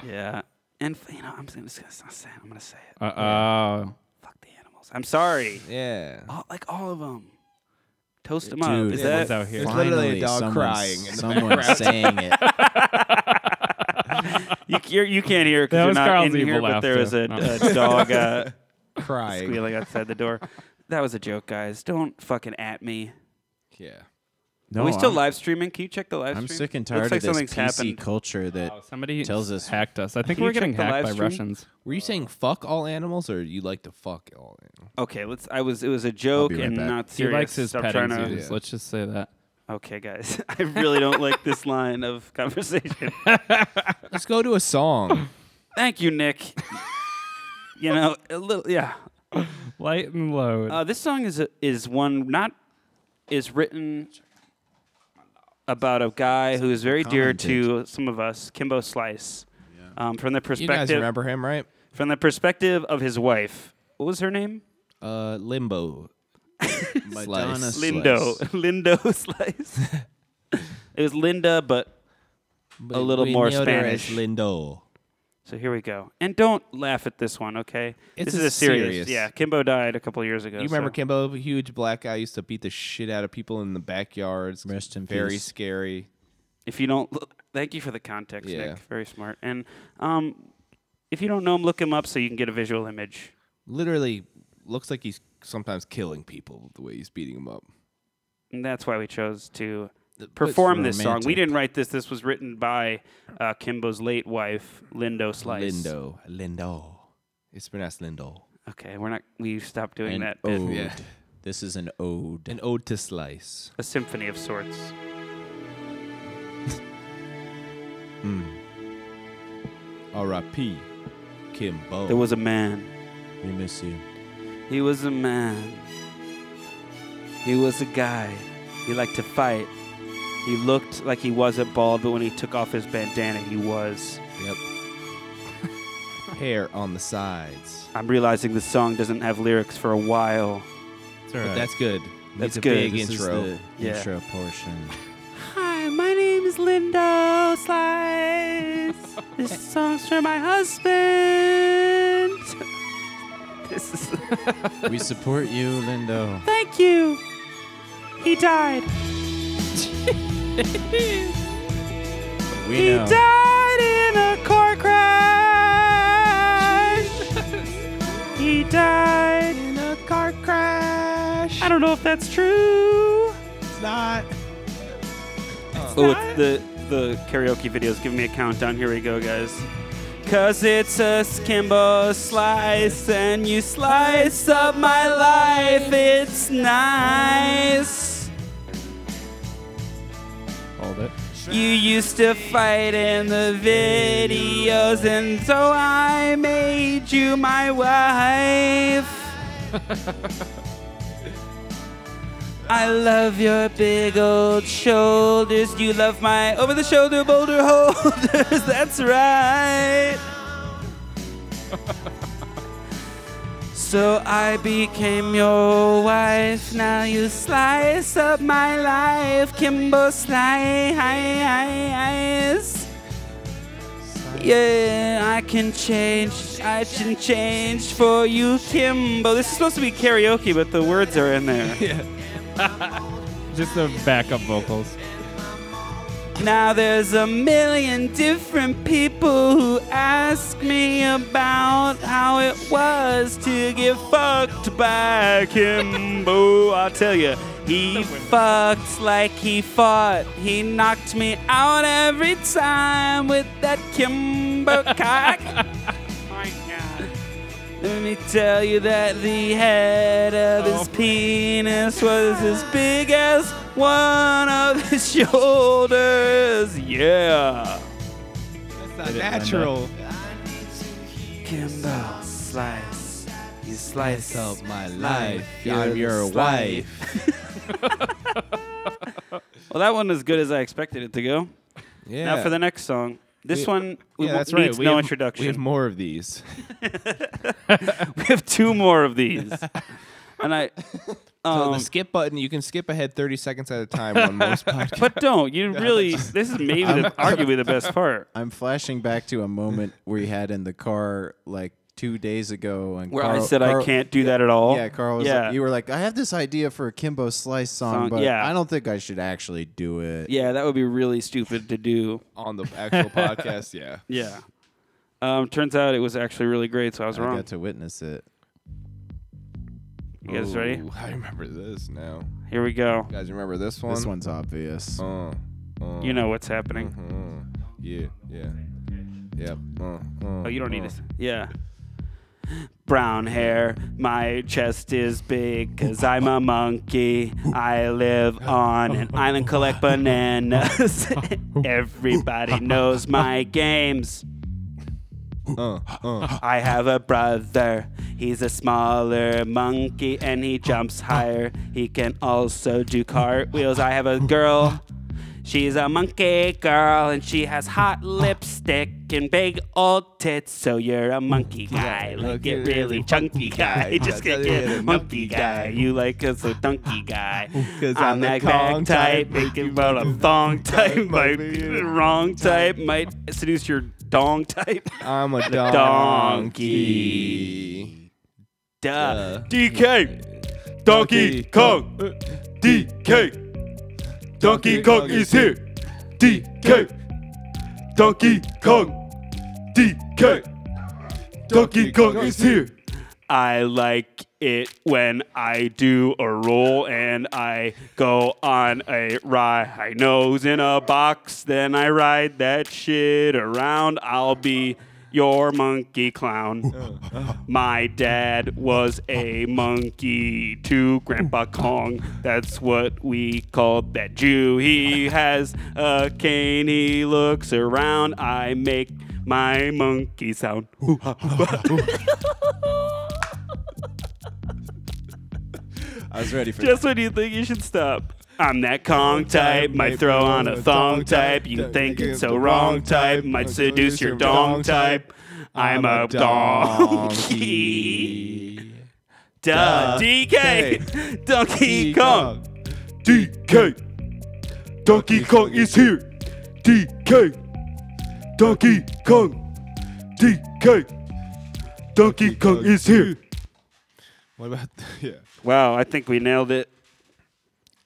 B: Yeah. And, f- you know, I'm just going to say it. I'm going to say it.
C: Uh oh.
B: Fuck the animals. I'm sorry.
A: Yeah.
B: All, like all of them. Toast them
D: Dude,
B: up. Is
D: it
B: that
C: was out here.
A: There's
D: Finally,
A: literally a dog
D: someone's-
A: crying in the
D: Someone's saying it.
B: you, you're, you can't hear
C: That
B: because you're
C: was
B: not
C: Carl's
B: in
C: evil
B: here, but there was
C: laughter.
B: a,
C: No.
B: a dog uh,
A: Crying.
B: squealing outside the door. That was a joke, guys. Don't fucking at me.
A: Yeah.
D: No,
B: Are we still
D: I'm,
B: live streaming? Can you check the live
D: I'm
B: stream?
D: sick and
B: Looks
D: tired
B: like
D: of this
B: something's
D: PC
B: happened.
D: culture that
C: Oh, Somebody
D: Tells us-
C: hacked us. I think
B: Can
C: we're
B: you check
C: getting
B: the
C: hacked
B: live
C: by
B: stream?
C: Russians.
A: Were you saying fuck all animals or you like to fuck all animals?
B: Okay, let's. I was. It was a joke
D: right
B: and
D: back.
B: not
C: He
B: serious.
C: likes his
B: Stop
C: petting
B: trying to.
C: zoos. Let's just say that.
B: Okay, guys. I really don't like this line of conversation.
A: Let's go to a song.
B: Thank you, Nick. you know, a little. Yeah.
C: Light and load.
B: Uh, this song is a, is one not is written about a guy who is very dear to some of us, Kimbo Slice. Um, from the
A: you guys
B: perspective
A: remember him, right?
B: from the perspective of his wife. What was her name?
A: Uh, Limbo.
D: Madonna
A: Slice.
B: Lindo.
D: Slice.
B: Lindo Slice. it was Linda, but a little
A: We
B: more
A: know her as
B: Spanish.
A: Lindo.
B: so here we go. And don't laugh at this one, okay?
A: It's
B: this is
A: a
B: a serious.
A: serious-
B: Yeah, Kimbo died a couple years ago.
A: You remember
B: so-
A: Kimbo, huge black guy, used to beat the shit out of people in the backyards.
D: Rest in
A: Very
D: peace.
A: scary.
B: if you don't look, thank you for the context
A: Yeah.
B: nick very smart and um, if you don't know him look him up so you can get a visual image
A: Literally looks like he's sometimes killing people with the way he's beating them up.
B: and that's why we chose to
A: But-
B: perform this song we
D: romantic.
B: didn't write this this was written by uh, kimbo's late wife lindo slice
A: Lindo. Lindo. It's pronounced Lindo.
B: okay we're not we stopped doing
D: An
B: that bit.
D: ode.
A: oh, Yeah.
D: This is an ode.
A: An ode to slice.
B: a symphony of sorts
A: R.I.P. Kimbo.
B: there was a man
D: We miss you.
B: He was a man. He was a guy. He liked to fight. He looked like he wasn't bald, but when he took off his bandana, he was.
A: Yep. Hair on the sides.
B: I'm realizing the song doesn't have lyrics for a while.
A: But that's good.
B: That's
A: Needs a
B: good.
A: big
D: This
A: intro.
D: is the
B: Yeah.
D: intro portion.
B: Hi, my name is Lindo Slice. this song's for my husband. This is.
D: we support you, Lindo.
B: Thank you. He died.
D: We
B: He
D: know.
B: died in a car crash. he died in a car crash. I don't know if that's true.
D: It's not.
B: Oh, it's the the karaoke videos. Give me a countdown. Here we go, guys. Cause it's a skimbo slice and you slice up my life. It's nice.
C: Hold it.
B: You used to fight in the videos and so I made you my wife. I love your big old shoulders. You love my over the shoulder boulder holders. That's right. so I became your wife. Now you slice up my life. Kimbo slice. Yeah, I can change. I can change for you, Kimbo. This is supposed to be karaoke, but the words are in there.
C: Just the backup vocals.
B: Now there's a million different people who ask me about how it was to get fucked by Kimbo. I'll tell you, he fucked like he fought. He knocked me out every time with that Kimbo cock. Let me tell you that the head of his penis was as big as one of his shoulders. Yeah.
A: Not natural.
B: Kimbo slice. You slice up
D: my
B: life. You're
D: I'm your
B: the
D: wife.
B: Well, that one was as good as I expected it to go.
A: Yeah.
B: Now for the next song. This
A: We-
B: one we won't-
A: yeah, that's
B: needs
A: right. we
B: no
A: have,
B: introduction.
A: We have more of these.
B: We have two more of these. and I.
A: so the
B: Um,
A: skip button, you can skip ahead 30 seconds at a time on most podcasts.
B: but don't. You really. This is maybe the, arguably the best part.
D: I'm flashing back to a moment we had in the car like two days ago, and
B: Where I
D: Carl-
B: said I
D: Carl-
B: can't do that at all.
D: Yeah, Carl. Was
B: Yeah.
D: Like, you were like, I have this idea for a Kimbo Slice song,
B: Song,
D: but
B: yeah.
D: I don't think I should actually do it.
B: Yeah, that would be really stupid to do.
A: on the actual podcast, yeah.
B: Yeah. Um, turns out it was actually really great, so I was
D: I
B: wrong.
D: got to witness it.
B: You guys ready?
A: Ooh, I remember this now.
B: Here we go.
A: You guys remember this one?
D: This one's obvious.
A: Uh, uh,
B: You know what's happening.
A: uh, yeah, yeah. Yep. Uh, uh,
B: Oh, you don't need
A: uh.
B: this. Yeah. Brown hair, my chest is big, cause I'm a monkey. I live on an island, collect bananas. Everybody knows my games.
A: Uh, uh.
B: I have a brother. He's a smaller monkey and he jumps higher. He can also do cartwheels. I have a girl. She's a monkey girl and she has hot lipstick and big old tits. So you're a monkey guy. Like
A: Okay,
B: it really
A: really
B: chunky guy.
A: guy.
B: Just
A: Yeah,
B: get
A: yeah,
B: get
A: yeah,
B: monkey
A: monkey
B: guy.
A: guy.
B: You like us a donkey guy.
A: 'Cause
B: I'm
A: I'm the
B: that back
A: Kong
B: type.
A: type,
B: Making about a thong type.
A: type,
B: Might
A: might
B: be
A: be
B: the
A: a
B: wrong type. Might seduce your dong type.
A: I'm a
B: donkey.
A: donkey.
B: Duh.
A: Duh.
B: DK. Donkey
A: Donkey
B: Kong. DK. Donkey Kong is here. DK. Donkey Kong. DK. Donkey Kong is here. I like it when I do a roll and I go on a ride. Nose in a box, then I ride that shit around. I'll be your monkey clown. My dad was a monkey to Grandpa Kong. That's what we called that Jew. He has a cane. He looks around. I make my monkey sound.
D: I was ready for
B: Just when you think you should stop. I'm that Kong type, might throw on a thong type. You think it's so wrong type, might seduce your dong type. I'm a donkey. Duh. DK. Donkey Kong. DK. Uh, Donkey Kong is here. DK. Donkey Kong. DK. Donkey Kong is here.
A: What about yeah?
B: Wow, I think we nailed it.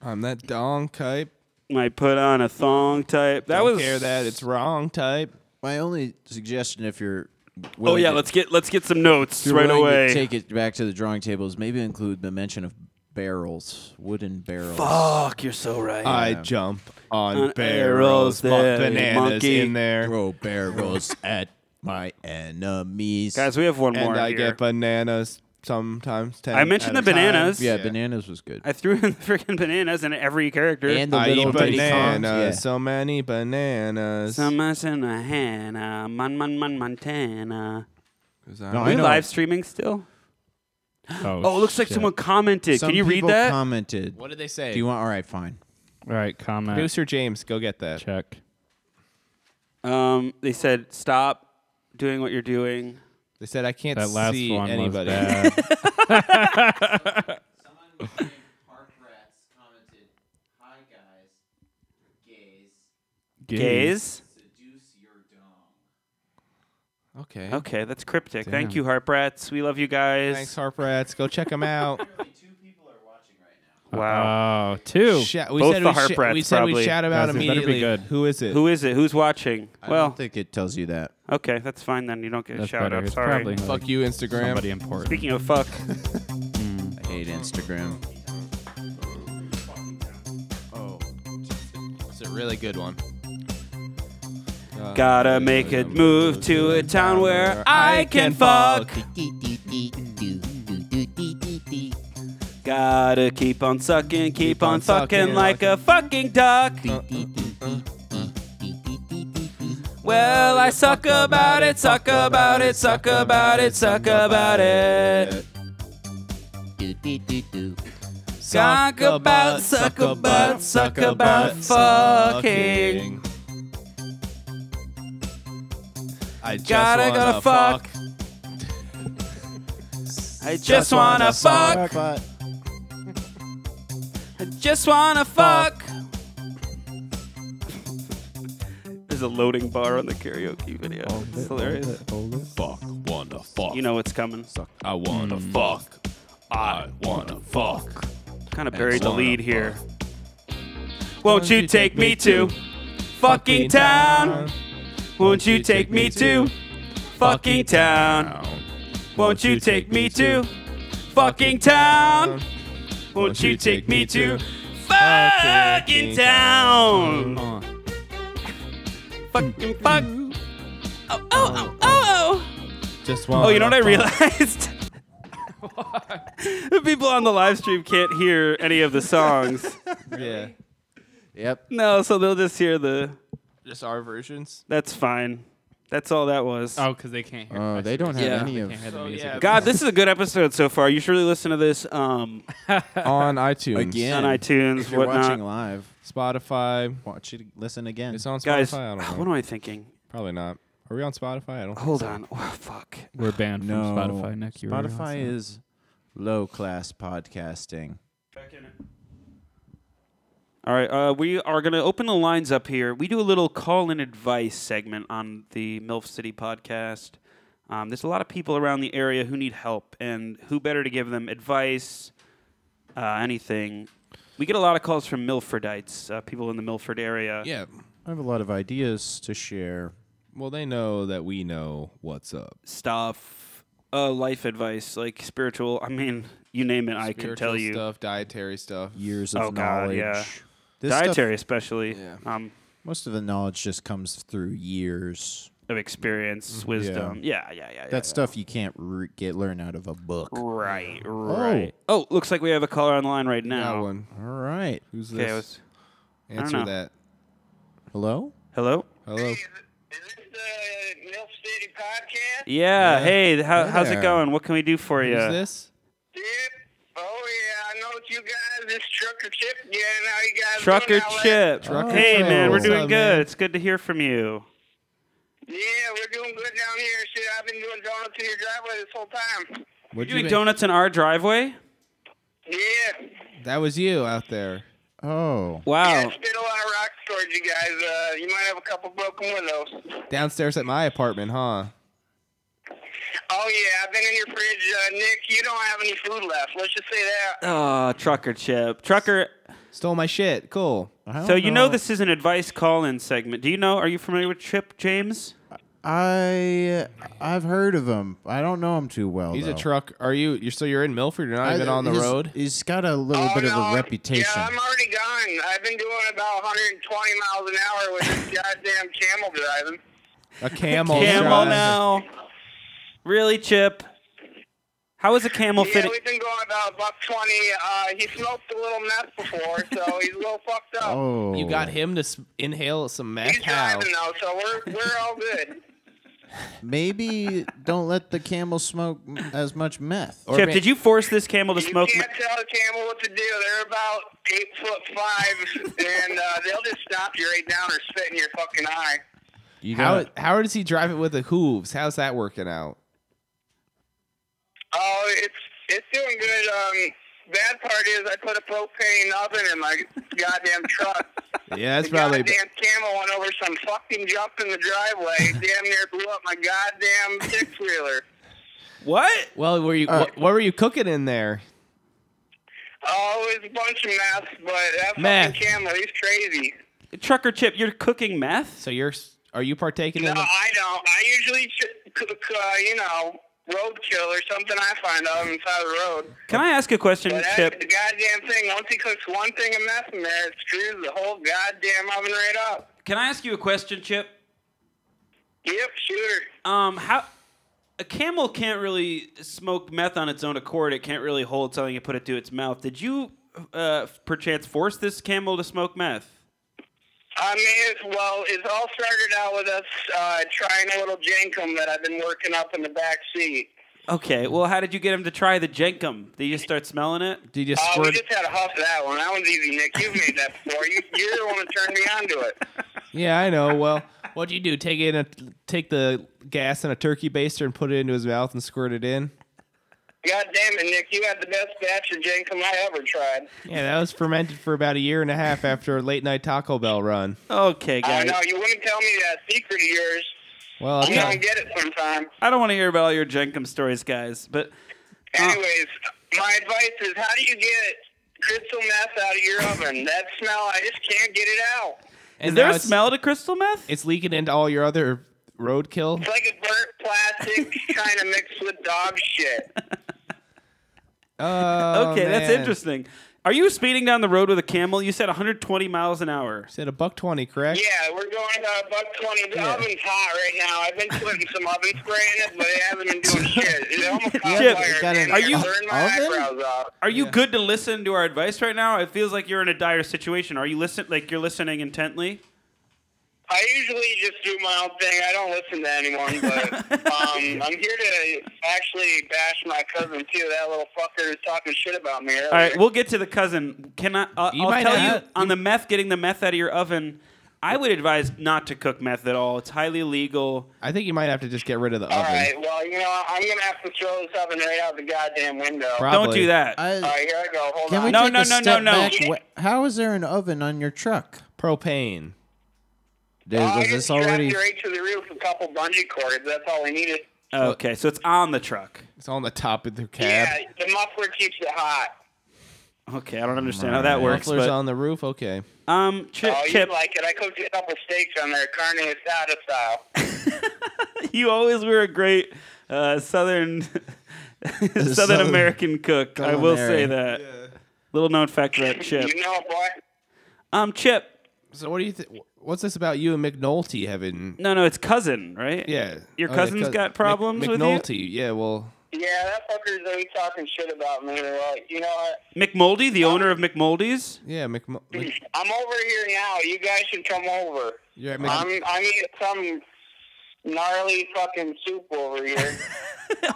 A: I'm that dong type.
B: I put on a thong type. That
A: Don't
B: was
A: care that it's wrong type.
D: My only suggestion, if you're
B: Oh
D: willing
B: yeah,
D: to-
B: let's get let's get some notes
D: if you're
B: right
D: willing to
B: away.
D: take it back to the drawing table, is maybe include the mention of barrels, wooden barrels.
B: Fuck, you're so right.
A: I jump on,
B: On arrows
A: barrels, put
B: there,
A: bananas
B: monkey.
A: in there,
D: Throw barrels at my enemies.
B: Guys, we have one
A: and
B: more
A: I
B: here.
A: get bananas sometimes. 10
B: I mentioned
A: at
B: the
A: a time.
B: bananas.
D: yeah,
A: yeah.
D: bananas was good.
B: I threw in the freaking bananas in every character.
D: And the
A: I
D: little
A: eat
D: Diddy
A: bananas.
D: Kongs, yeah.
A: So many bananas.
B: Summers in a Hannah, Mon Mon Mon Montana.
A: 'Cause I'm-
D: No,
B: Are
D: I
B: we
D: know.
B: live streaming still?
C: Oh,
B: Oh, it looks like
C: shit.
B: someone commented.
D: Some
B: Can you read
D: people
B: that?
D: Commented.
A: what did they say?
D: Do you want? All right, fine.
C: All right, comment.
A: Producer James, go get that.
C: Check.
B: um, they said stop doing what you're doing.
A: They said I can't
C: That last
A: see
C: one
A: anybody.
C: was bad. Gaze.
B: Gays.
A: Okay.
B: Okay, that's cryptic. Thank
C: Damn.
B: you, Harp Rats. We love you guys.
A: Thanks, Harp Rats. Go check them out.
B: Wow.
C: Oh, two.
A: Sh- we
B: Both
A: said
B: the
A: we
B: Harp
A: sh-
B: Rats,
A: We said
B: probably.
A: we shout them out
C: Guys, it better be
A: immediately.
C: good.
A: Who is it?
B: Who is it? Who's watching?
D: I
B: well,
D: don't think it tells you that.
B: okay, that's fine then. You don't get a
C: That's
B: shout
C: better.
B: out.
C: It's
B: Sorry.
C: probably
A: Fuck you, Instagram.
C: somebody important. Hmm.
B: Speaking of fuck,
D: I hate Instagram.
A: Oh, it's a really good one.
B: gotta make a move to a town where I can fuck. Gotta keep on sucking, keep, on,
A: on
B: fucking,
A: sucking
B: like a fucking duck. Well, I suck about it, suck about it, suck about it, suck about
A: Uh,
B: it. Suck about, suck about, suck about fucking.
A: I just
B: Gotta
A: wanna
B: gotta fuck. I just wanna fuck.
D: But
B: I just wanna fuck. There's a loading bar on the karaoke video. It's hilarious.
A: Fuck, wanna fuck.
B: You know it's coming.
A: I wanna fuck. I wanna fuck.
B: Kind of buried the
A: Excellent.
B: lead here. Won't you take me to fucking town? Won't you take me to fucking town? Won't you take me to fucking town? Won't you take me to fucking town?
C: Uh,
B: Fucking fuck. Oh, oh, oh, oh.
A: Just
B: Oh,
A: wanna
B: you know what I
A: fuck.
B: realized? The people on the live stream can't hear any of the songs.
A: Yeah.
D: yep.
B: No, so they'll just hear the.
A: Just our versions.
B: That's fine. That's all that was.
C: oh, because they can't hear.
D: Oh,
C: I
D: they
C: see.
D: don't have
B: Yeah.
D: any
C: They
D: of.
C: can't hear the
A: So,
C: music.
A: yeah.
B: God, this is a good episode so far. You should really listen to this um,
A: On iTunes.
D: Again.
B: on iTunes,
D: If you're watching
B: whatnot.
D: live,
A: Spotify.
D: watch it. Listen again.
A: It's on Spotify.
B: Guys,
A: I don't know.
B: what am I thinking?
A: Probably not. Are we on Spotify? I don't.
B: Hold on. Oh, fuck.
C: We're banned
D: no
C: from Spotify, Nick. You were
D: Spotify
C: awesome.
D: is low class podcasting.
B: All right, uh, we are going to open the lines up here. We do a little call in advice segment on the MILF City podcast. Um, there's a lot of people around the area who need help, and who better to give them advice, uh, anything. We get a lot of calls from Milfordites, uh, people in the Milford area.
A: Yeah.
D: I have a lot of ideas to share.
A: Well, they know that we know what's up.
B: stuff, uh, life advice, like spiritual. I mean, you name it, I could tell
A: Spiritual
B: you.
A: stuff, dietary stuff.
D: Years of
B: Oh, God,
D: knowledge.
B: yeah.
D: This stuff-
B: Dietary, especially, um,
D: most of the knowledge just comes through years.
B: of
D: Mm-hmm.
B: experience, wisdom. Yeah, yeah, yeah. yeah,
D: That
B: yeah.
D: stuff you can't re- get learn out of a book. All
B: Right, right. Oh. looks like we have a caller on the line right now.
A: That one.
D: right.
A: Who's this?
B: Okay, I was-
A: Answer
B: know.
A: that.
D: Hello?
B: hello.
A: Hello.
H: Is this the Milk City podcast?
B: Yeah.
A: Yeah.
B: Hey, how, how's it
A: Yeah.
B: going? What can we do for you?
A: Who's this?
H: Yep. Oh yeah, I know it's you guys. This trucker chip. Yeah, now you guys.
B: Trucker
H: doing all that-
B: Chip.
A: Trucker
B: hey,
A: Chip.
B: man, we're
A: What's
B: doing
A: up,
B: good.
A: man?
B: It's good to hear from you.
H: Yeah, we're doing good down here. Shit, I've been doing donuts in your driveway this whole time.
A: What
B: You're doing donuts in our driveway?
H: Yeah.
A: That was you out there.
D: Oh.
H: Yeah,
B: Wow.
H: it's been a lot of rock storage, you guys. Uh, you might have a couple broken windows.
A: Downstairs at my apartment, huh?
H: Oh yeah, I've been in your fridge, uh, Nick. You don't have any food left. Let's just say that.
B: Oh, trucker chip. Trucker.
A: Stole my shit. Cool.
B: So you know this is an advice call-in segment. Do you know? Are you familiar with Chip James?
D: I I've heard of him. I don't know him too well.
A: He's a
D: though.
A: truck. Are you? You're so you're in Milford. You're not
D: I-
A: even on the
D: he's-
A: road.
D: He's got a little
H: Oh,
D: bit
H: no,
D: of a
H: I'm-
D: reputation.
H: Yeah, I'm already gone. I've been doing about 120 miles an hour with this goddamn camel driving.
A: A camel.
B: Camel
A: drive.
B: now. Really, Chip? How is a camel
H: yeah,
B: fitting?
H: we've been going about buck 20. Uh, he smoked a little meth before, so he's a little fucked up.
D: oh,
A: You got him to s- inhale some meth.
H: He's
A: How?
H: driving though, so we're we're all good.
D: Maybe don't let the camel smoke m- as much meth.
A: Or
B: Chip,
A: ma-
B: did you force this camel to
H: You
B: smoke?
H: can't tell a camel what to do. They're about eight foot five, and uh, they'll just stop you right down or spit in your fucking eye.
D: You
A: How,
D: got
A: how does he drive it with the hooves? How's that working out?
H: Oh, it's it's doing good. Um, bad part is I put a propane oven in my goddamn truck.
A: Yeah, that's
H: the
A: probably.
H: goddamn camel went over some fucking jump in the driveway. damn near blew up my goddamn six wheeler.
B: What?
A: Well, were you?
B: Uh,
A: what, what were you cooking in there?
H: Oh, it was a bunch of meth, but that
A: Meth.
H: fucking camel, he's crazy.
B: Trucker Chip, you're cooking meth?
A: So you're? s- Are you partaking
H: No,
A: in? The,
H: I don't. I usually ch- cook, uh, you know, roadkill or something I find out on the side of the road.
B: Can I ask a question,
H: But that's the
B: Chip?
H: goddamn thing. Once he cooks one thing of meth in there, it screws the whole goddamn oven right up.
B: Can I ask you a question, Chip?
H: Yep, sure.
B: Um, how a camel can't really smoke meth on its own accord. It can't really hold something and put it to its mouth. Did you, uh, perchance, force this camel to smoke meth?
H: I mean, it's, well, it all started out with us uh, trying a little jankum that I've been working up in the back seat.
B: Okay. Well, how did you get him to try the jenkum? Did you just start smelling it?
A: did you
H: Oh, we
A: squirt?
H: just had a huff of that one. That one's easy, Nick. You've made that before. You, you're the one to turn me on to it.
A: Yeah, I know. Well, what do you do? Take in a take the gas in a turkey baster and put it into his mouth and squirt it in.
H: God damn it, Nick. You had the best batch of jankum I ever tried.
A: Yeah, that was fermented for about a year and a half after a late night Taco Bell run.
B: Okay,
H: I
B: guys.
H: know you wouldn't tell me that secret of yours.
A: Well, I'll
H: You
A: tell-
H: don't get it sometimes.
B: I don't want to hear about all your jenkum stories, guys. But
H: Anyways, my advice is how do you get crystal meth out of your oven? That smell, I just can't get it out.
A: and
B: is there
A: now
B: a
A: it's-
B: smell to crystal meth?
A: It's leaking into all your other roadkill.
H: It's like a burnt plastic kind of mixed with dog shit.
A: Oh,
B: okay, that's
A: man.
B: interesting. Are you speeding down the road with a camel? You said 120 miles an hour.
A: Said a buck twenty, correct?
H: Yeah, we're going about buck twenty. The oven's hot right now. I've been putting some oven spray in it, but it hasn't been doing shit. It almost caught
B: Jim,
H: fire.
D: got
H: Damn
D: an
H: near
B: Are you-
H: burned my
D: oven?
H: eyebrows off.
B: Are you good to listen to our advice right now? It feels like you're in a dire situation. Are you listen like you're listening intently?
H: I usually just do my own thing. I don't listen to anyone, but um, I'm here to actually bash my cousin too. That little fucker who's talking shit about me.
B: All right, we'll get to the cousin. Can I? Uh,
A: You
B: I'll
A: might
B: tell
A: have-
B: you on the meth, getting the meth out of your oven. I would advise not to cook meth at all. It's highly illegal.
A: I think you might have to just get rid of the
H: All
A: oven.
H: right. Well, you know, I'm gonna have to throw this oven right out the goddamn window.
A: Prob-
B: Don't
A: Probably.
B: do that.
H: All
D: I,
H: right, here I go. Hold
D: can we
H: on.
B: No,
D: take
B: no,
D: a
B: no, no,
D: step
B: no.
D: back? Wh- How is there an oven on your truck?
A: Propane.
D: Dude,
H: Oh, I
D: was
H: just
D: this
H: strapped
D: already?
H: it right to the roof with a couple bungee cords. That's all we needed.
B: Okay, so it's on the truck.
A: It's on the top of the cab.
H: Yeah, the muffler keeps it hot.
B: Okay, I don't understand how that works.
A: Muffler's
B: But,
A: on the roof. Okay.
B: um, Chip,
H: Oh,
B: Chip,
H: you like it? I cooked a couple steaks on there, carne asada style.
B: you always were a great uh, Southern Southern,
D: Southern
B: American cook. I will say
D: culinary.
B: that. Little known fact about Chip.
H: You know, boy.
B: Um, Chip.
A: So what do you think? What's this about you and McNulty having?
B: No, no, it's cousin, right?
A: Yeah.
B: Your
A: Oh, yeah,
B: cousin's
A: cous-
B: got
A: Mc-
B: problems with you?
A: McNulty. Yeah. Well.
H: Yeah, that fucker's always talking shit about me. They're Like, you know what?
B: McMoldy, the owner of McMoldy's.
A: Yeah. Mc, Mc,
H: I'm over here now. You guys should come over.
A: you're at Mc,
H: I'm I'm eating some gnarly fucking soup over here.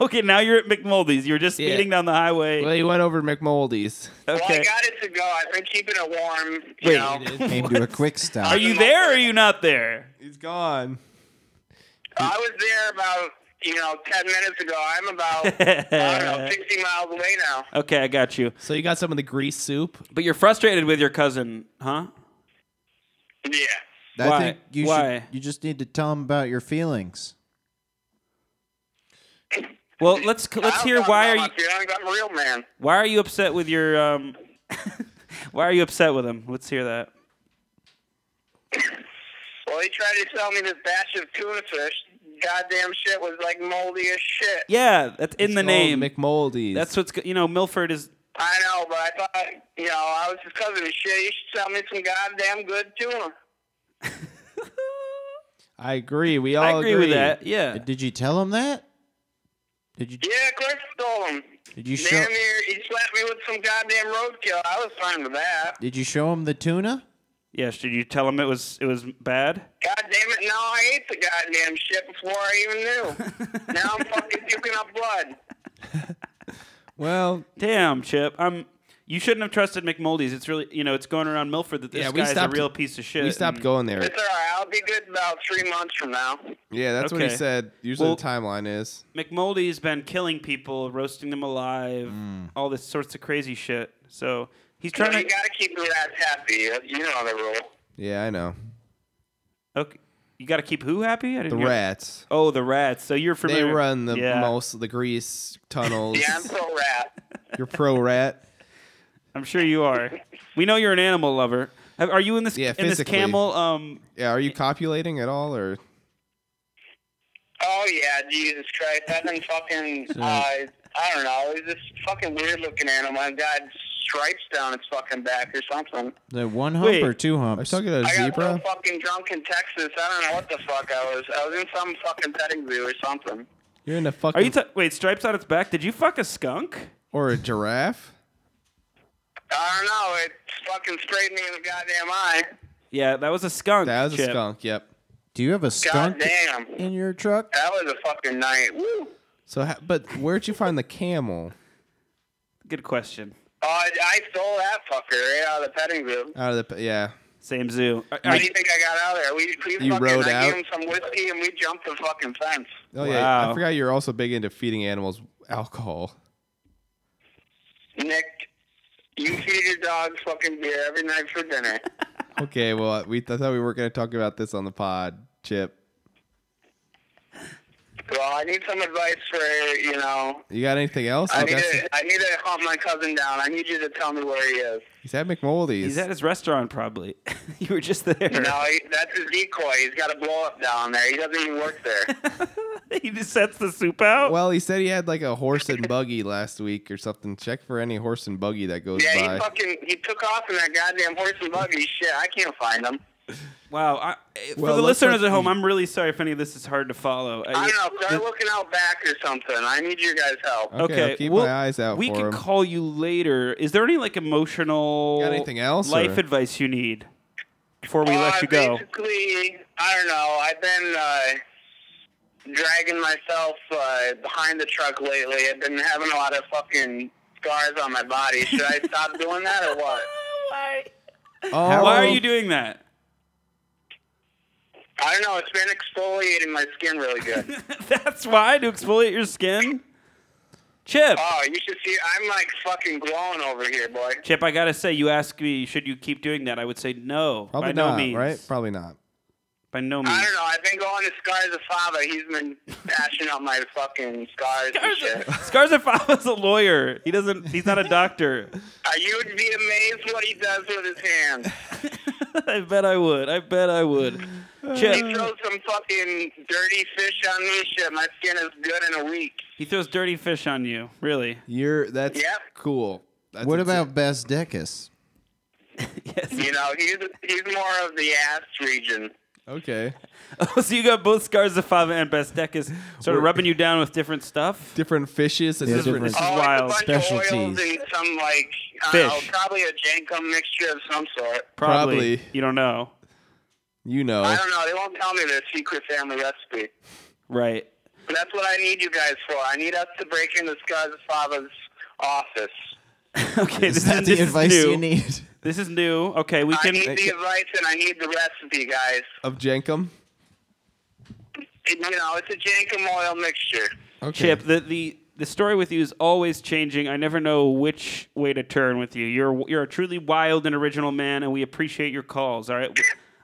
B: okay, now you're at McMoldy's. You're just
A: Yeah.
B: speeding down the highway.
A: well, you went over to McMoldy's.
H: Well, I
B: okay.
H: got it to go. I've been keeping it warm. You
B: Wait,
H: know.
D: Came to a quick stop.
B: are you there or are you not there?
A: He's gone.
H: I was there about you know ten minutes ago. I'm about I don't know sixty miles away now.
B: Okay, I got you.
A: So you got some of the grease soup.
B: But you're frustrated with your cousin, huh?
H: Yeah.
D: I
B: Why?
D: think you
B: Why?
D: should. You just need to tell him about your feelings.
B: Well, let's let's
H: I don't
B: hear
H: talk
B: why
H: about
B: are
H: my
B: you
H: feelings. I'm a real man.
B: why are you upset with your um why are you upset with him? Let's hear that.
H: Well, he tried to sell me this batch of tuna fish. Goddamn shit was like moldy as shit.
B: Yeah, that's in the name.
A: McMoldy's.
B: that's what's go- you know Milford is
H: I know, but I thought, you know, I was his cousin and shit. You should sell me some goddamn good tuna.
A: I agree. We all
B: I agree with that. Yeah.
D: Uh, Did you tell him that? Did you?
H: Yeah, Cliff stole him.
D: Did you show?
H: Damn near, he slapped me with some goddamn roadkill. I was fine with that.
D: Did you show him the tuna?
B: Yes, did you tell him it was it was bad?
H: God damn it, now I ate the goddamn shit before I even knew. now I'm fucking puking up blood.
A: Well,
B: Damn, Chip. I'm you shouldn't have trusted McMoldy's. It's really you know, it's going around Milford that this
A: Yeah, we
B: guy's
A: stopped-
B: a real piece of shit.
A: we stopped
B: and-
A: going there.
H: It's alright, I'll be good about three months from now.
A: Yeah, that's what
B: Okay.
A: he said. Usually
B: Well-
A: the timeline is.
B: McMoldy's been killing people, roasting them alive,
A: Mm.
B: all this sorts of crazy shit. So he's
H: So
B: trying
H: you
B: to.
H: gotta keep your ass happy. You know the rule.
A: Yeah, I know.
B: okay, you got to keep who happy? I didn't
A: The
B: hear-
A: rats.
B: Oh, the rats. So you're
A: They
B: familiar.
A: run the
B: yeah.
A: most of the grease tunnels.
H: Yeah, I'm pro rat.
A: You're pro rat.
B: I'm sure you are. We know you're an animal lover. Have- Are you in this?
A: Yeah,
B: in this
A: physically.
B: camel. Um,
A: Yeah, are you copulating at all or
H: Oh yeah, Jesus Christ! I've been fucking. Uh, I don't know. It's this fucking weird-looking animal. I've got stripes down its fucking back or something.
D: The one hump
B: Wait.
D: or two
A: are you
D: humps?
A: talking about a
H: I got so
A: zebra?
H: fucking drunk in Texas. I don't know what the fuck I was. I was in some fucking petting zoo or something.
A: You're in a
B: are
A: fucking
B: you? ta wait, stripes on its back. Did you fuck a skunk?
A: or a giraffe?
H: I don't know. It fucking sprayed me in the goddamn eye.
B: Yeah, that was a skunk.
A: That was a
B: Chip.
A: skunk, yep.
D: Do you have a skunk
H: Goddamn.
D: in your truck?
H: That was a fucking night. Woo. Oh,
A: So ha- but where'd you find the camel
B: Good question.
H: Uh, I stole that fucker right out of the petting zoo.
A: out of the p- yeah.
B: Same zoo. Are-
H: What
B: are
H: do you
B: you-
H: think I got out of there? We, we
A: You
H: fucking,
A: rode
H: I
A: out?
H: gave him some whiskey and we jumped the fucking fence.
A: Oh yeah, I
B: Wow.
A: forgot you're also big into feeding animals alcohol.
H: Nick, you feed your dogs fucking beer every night for dinner.
A: Okay, well, we I thought we were going to talk about this on the pod, Chip.
H: Well, I need some advice for you know.
A: You got anything else?
H: I uh,
A: Oh,
H: need
A: that's-
H: to I need to hunt my cousin down. I need you to tell me where he is.
A: He's at McMoldy's.
B: He's at his restaurant, probably. you were just there.
H: No, he, that's his decoy. He's got a blow up down there. He doesn't even work there.
B: he just sets the soup out.
A: Well, he said he had like a horse and buggy last week or something. Check for any horse and buggy that goes
H: yeah,
A: by.
H: he fucking he took off in that goddamn horse and buggy shit. I can't find him.
B: Wow. I,
A: Well,
B: for the
A: let's
B: listeners
A: let-
B: at home, I'm really sorry if any of this is hard to follow.
H: I don't know. Start looking out back or something. I need your guys' help.
A: Okay, I'll keep
B: well,
A: my eyes out
B: Uh, We
A: for
B: can
A: him.
B: call you later. Is there any like emotional
A: Got anything else,
B: life
A: or-
B: advice you need before we
H: Uh,
B: let you go?
H: Basically, I don't know. I've been uh, dragging myself uh, behind the truck lately. I've been having a lot of fucking scars on my body. Should I stop doing that or what?
A: Oh,
B: Why are you doing that?
H: I don't know. It's been exfoliating my skin really good.
B: That's why to exfoliate your skin. Chip,
A: Uh,
H: Oh, you should see. I'm like fucking glowing over here, boy.
B: Chip, I gotta say, you asked me should you keep doing that. I would say no. by
A: Probably not,
B: no means,
A: right? Probably not.
B: By no means.
H: I don't know. I've been going to Scars of Fava. He's been bashing up my fucking scars and shit.
B: Scarzafa's a lawyer. He doesn't. He's not a doctor.
H: Uh, you would be amazed what he does with his hands.
B: I bet I would. I bet I would.
H: He
B: Chip,
H: throws some fucking dirty fish on me. Shit, my skin is good in a week.
B: he throws dirty fish on you. Really?
A: You're that's
H: Yep.
A: cool. That's
D: What
A: ins-
D: about Bas Dekas?
B: Yes.
H: You know, he's he's more of the ass region.
A: Okay,
B: so you got both Scarzafava and Bestekis sort of rubbing you down with different stuff.
A: different fishes and
D: Yeah,
A: different.
D: different-
H: oh,
B: wild.
H: It's a bunch
D: Specialties.
H: of oils and some like I don't know,
B: Fish.
H: probably a jankum mixture of some sort.
A: Probably.
B: You don't know.
A: You know,
H: I don't know. They won't tell me their secret family recipe.
B: Right.
H: But that's what I need you guys for. I need us to break into Scars of Fava's office.
B: Okay.
D: Is
B: this
D: that
B: is,
D: the
B: this
D: advice
B: is new.
D: you need?
B: This is new. Okay, we
H: I
B: can.
H: need the advice and I need the recipe, guys.
A: of Jenkum.
H: It- you know, it's a jankum oil mixture.
A: Okay.
B: Chip, the, the the story with you is always changing. I never know which way to turn with you. You're you're a truly wild and original man, and we appreciate your calls. All right,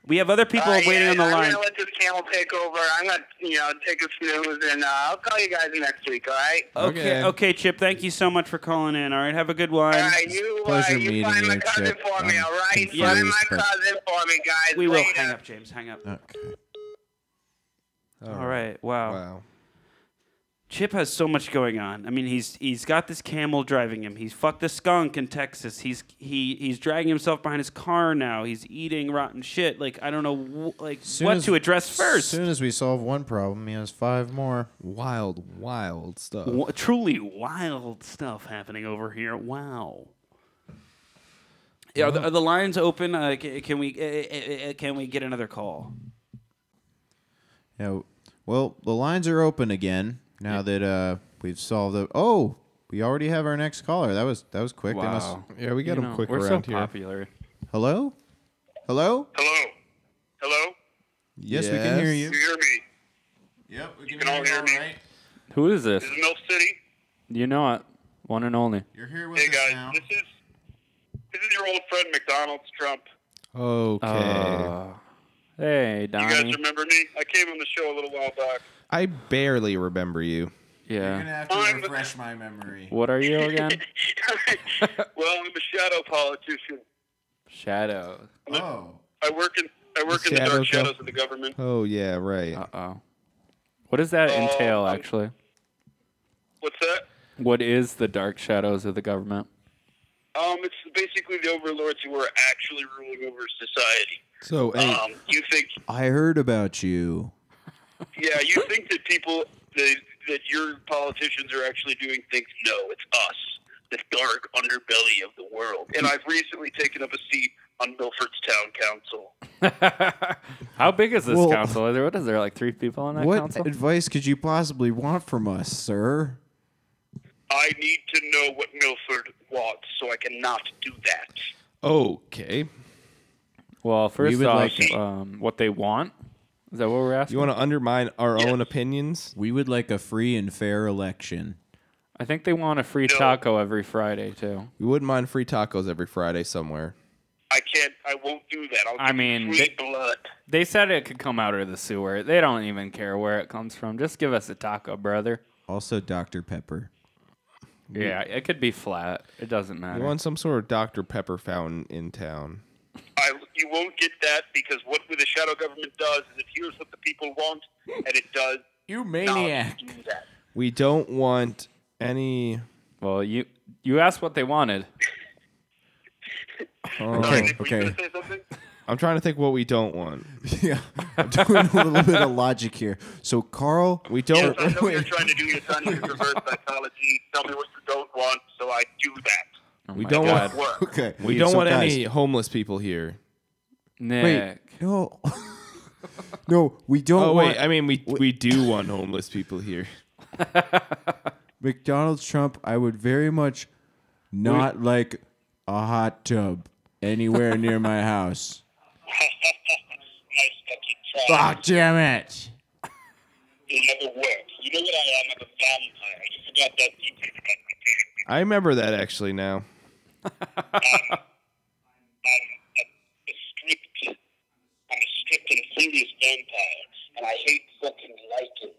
B: We have other people
I: Uh,
B: waiting
I: yeah,
B: on the
I: I'm
B: line.
I: gonna let this camel take over. I'm gonna, you know, take a snooze, and uh, I'll call you guys next week. All right.
B: Okay,
D: Okay.
B: okay, Chip. Thank you so much for calling in. All right, have a good one.
I: All right, you, uh,
D: Pleasure
I: you
D: meeting
I: find my
D: you,
I: cousin
D: Chip.
I: for me,
D: I'm
I: all right? Find
D: confused,
I: my
D: but-
I: cousin for me, guys.
B: Um, we will
I: Later.
B: hang up, James. Hang up.
D: Okay.
B: All right. Wow.
A: Wow.
B: Chip has so much going on. I mean, he's he's got this camel driving him. He's fucked the skunk in Texas. He's he he's dragging himself behind his car now. He's eating rotten shit. Like I don't know, wh- like
D: Soon
B: what
D: as-
B: to address
D: As
B: first.
D: soon as we solve one problem, he has five more.
A: Wild, wild stuff.
B: Wh- truly wild stuff happening over here. Wow. Yeah, are the, are the lines open? Uh, can, can we uh, uh, uh, can we get another call?
D: Yeah. Well, the lines are open again now that uh, we've solved the. Oh, we already have our next caller. That was that was quick. They must-
A: Wow. Yeah, we get
C: You
A: them
C: know,
A: quick
C: we're
A: around
C: so
A: here.
C: popular.
D: hello, hello.
I: Hello. Hello.
D: Yes, we can hear
A: Yes.
D: you.
I: You hear me?
D: Yep, we
I: can all hear me.
C: Who is this?
I: This is Milk City.
C: You know it. One and only.
D: You're here with
I: Hey
D: us
I: guys,
D: now.
I: this is this is your old friend McDonald's Trump.
A: Okay.
C: Uh, hey,
I: You guys
C: Donnie.
I: remember me? I came on the show a little while back.
A: I barely remember you.
D: You're
C: Yeah.
D: gonna have
I: I'm-
D: to refresh my memory.
C: What are you again?
I: well, I'm a shadow politician.
C: Shadow.
D: Oh,
I: I work in I work in the
A: Shadow
I: dark shadows
A: self-
I: of the government.
A: Oh yeah, right.
C: Uh oh. What does that entail,
I: Um,
C: actually?
I: What's that?
C: What is the dark shadows of the government?
I: Um, it's basically the overlords who are actually ruling over society.
A: so hey,
I: Um, you think
D: uh, I heard about you.
I: Yeah, you think that people that that your politicians are actually doing things? No, it's us, the dark underbelly of the world. And I've recently taken up a seat on Milford's town council.
C: How big is this
D: Well-
C: council? Are there, what is there, like three people on that
D: What Uh,
C: council?
D: advice could you possibly want from us, sir?
I: I need to know what Milford wants, so I cannot do that.
A: okay.
C: Well, first
D: would
C: off,
D: like-
C: um, what they want? Is that what we're asking?
A: You want to undermine our own opinions?
D: We would like a free and fair election.
C: I think they want a free
I: No.
C: taco every Friday, too.
A: We wouldn't mind free tacos every Friday somewhere.
I: I can't. I won't do that. I'll
C: I
I: give you
C: mean,
I: free
C: they-
I: blood.
C: They said it could come out of the sewer. They don't even care where it comes from. Just give us a taco, brother.
D: Also, Dr. Pepper.
C: Yeah, it could be flat. It doesn't
A: We
C: matter.
A: want some sort of Dr Pepper fountain in town.
I: I, you won't get that because what the shadow government does is it hears what the people want, and it does
D: You
I: not do that.
A: We don't want any.
C: well, you you asked what they wanted.
I: Sorry,
A: Oh,
D: Okay,
I: Nick, were you
D: okay.
I: gonna say something?
A: I'm trying to think what we don't want.
D: Yeah, I'm doing a little bit of logic here. So, Carl,
A: We
I: Yes,
A: don't.
I: Oh,
C: Oh
I: I know what you're trying to do. You're trying to use reverse psychology. Tell me what you don't want, so I do that.
C: Oh
A: We
C: my
A: don't
C: God.
A: want.
I: Work.
D: okay,
A: We don't
D: so
A: want
D: guys,
A: any homeless people here.
C: Nick.
D: No, no, we don't
A: Oh
D: want
A: wait, I mean we we do want homeless people here.
D: McDonald's Trump. I would very much not like a hot tub anywhere near my house.
I: Nice fucking try.
D: Fuck, damn it!
I: It never works. You know what I am? I'm a vampire. You forgot that detail about my character.
A: I remember that actually now.
I: I'm a, a strict, I'm a strict and serious vampire, and I hate fucking lichens.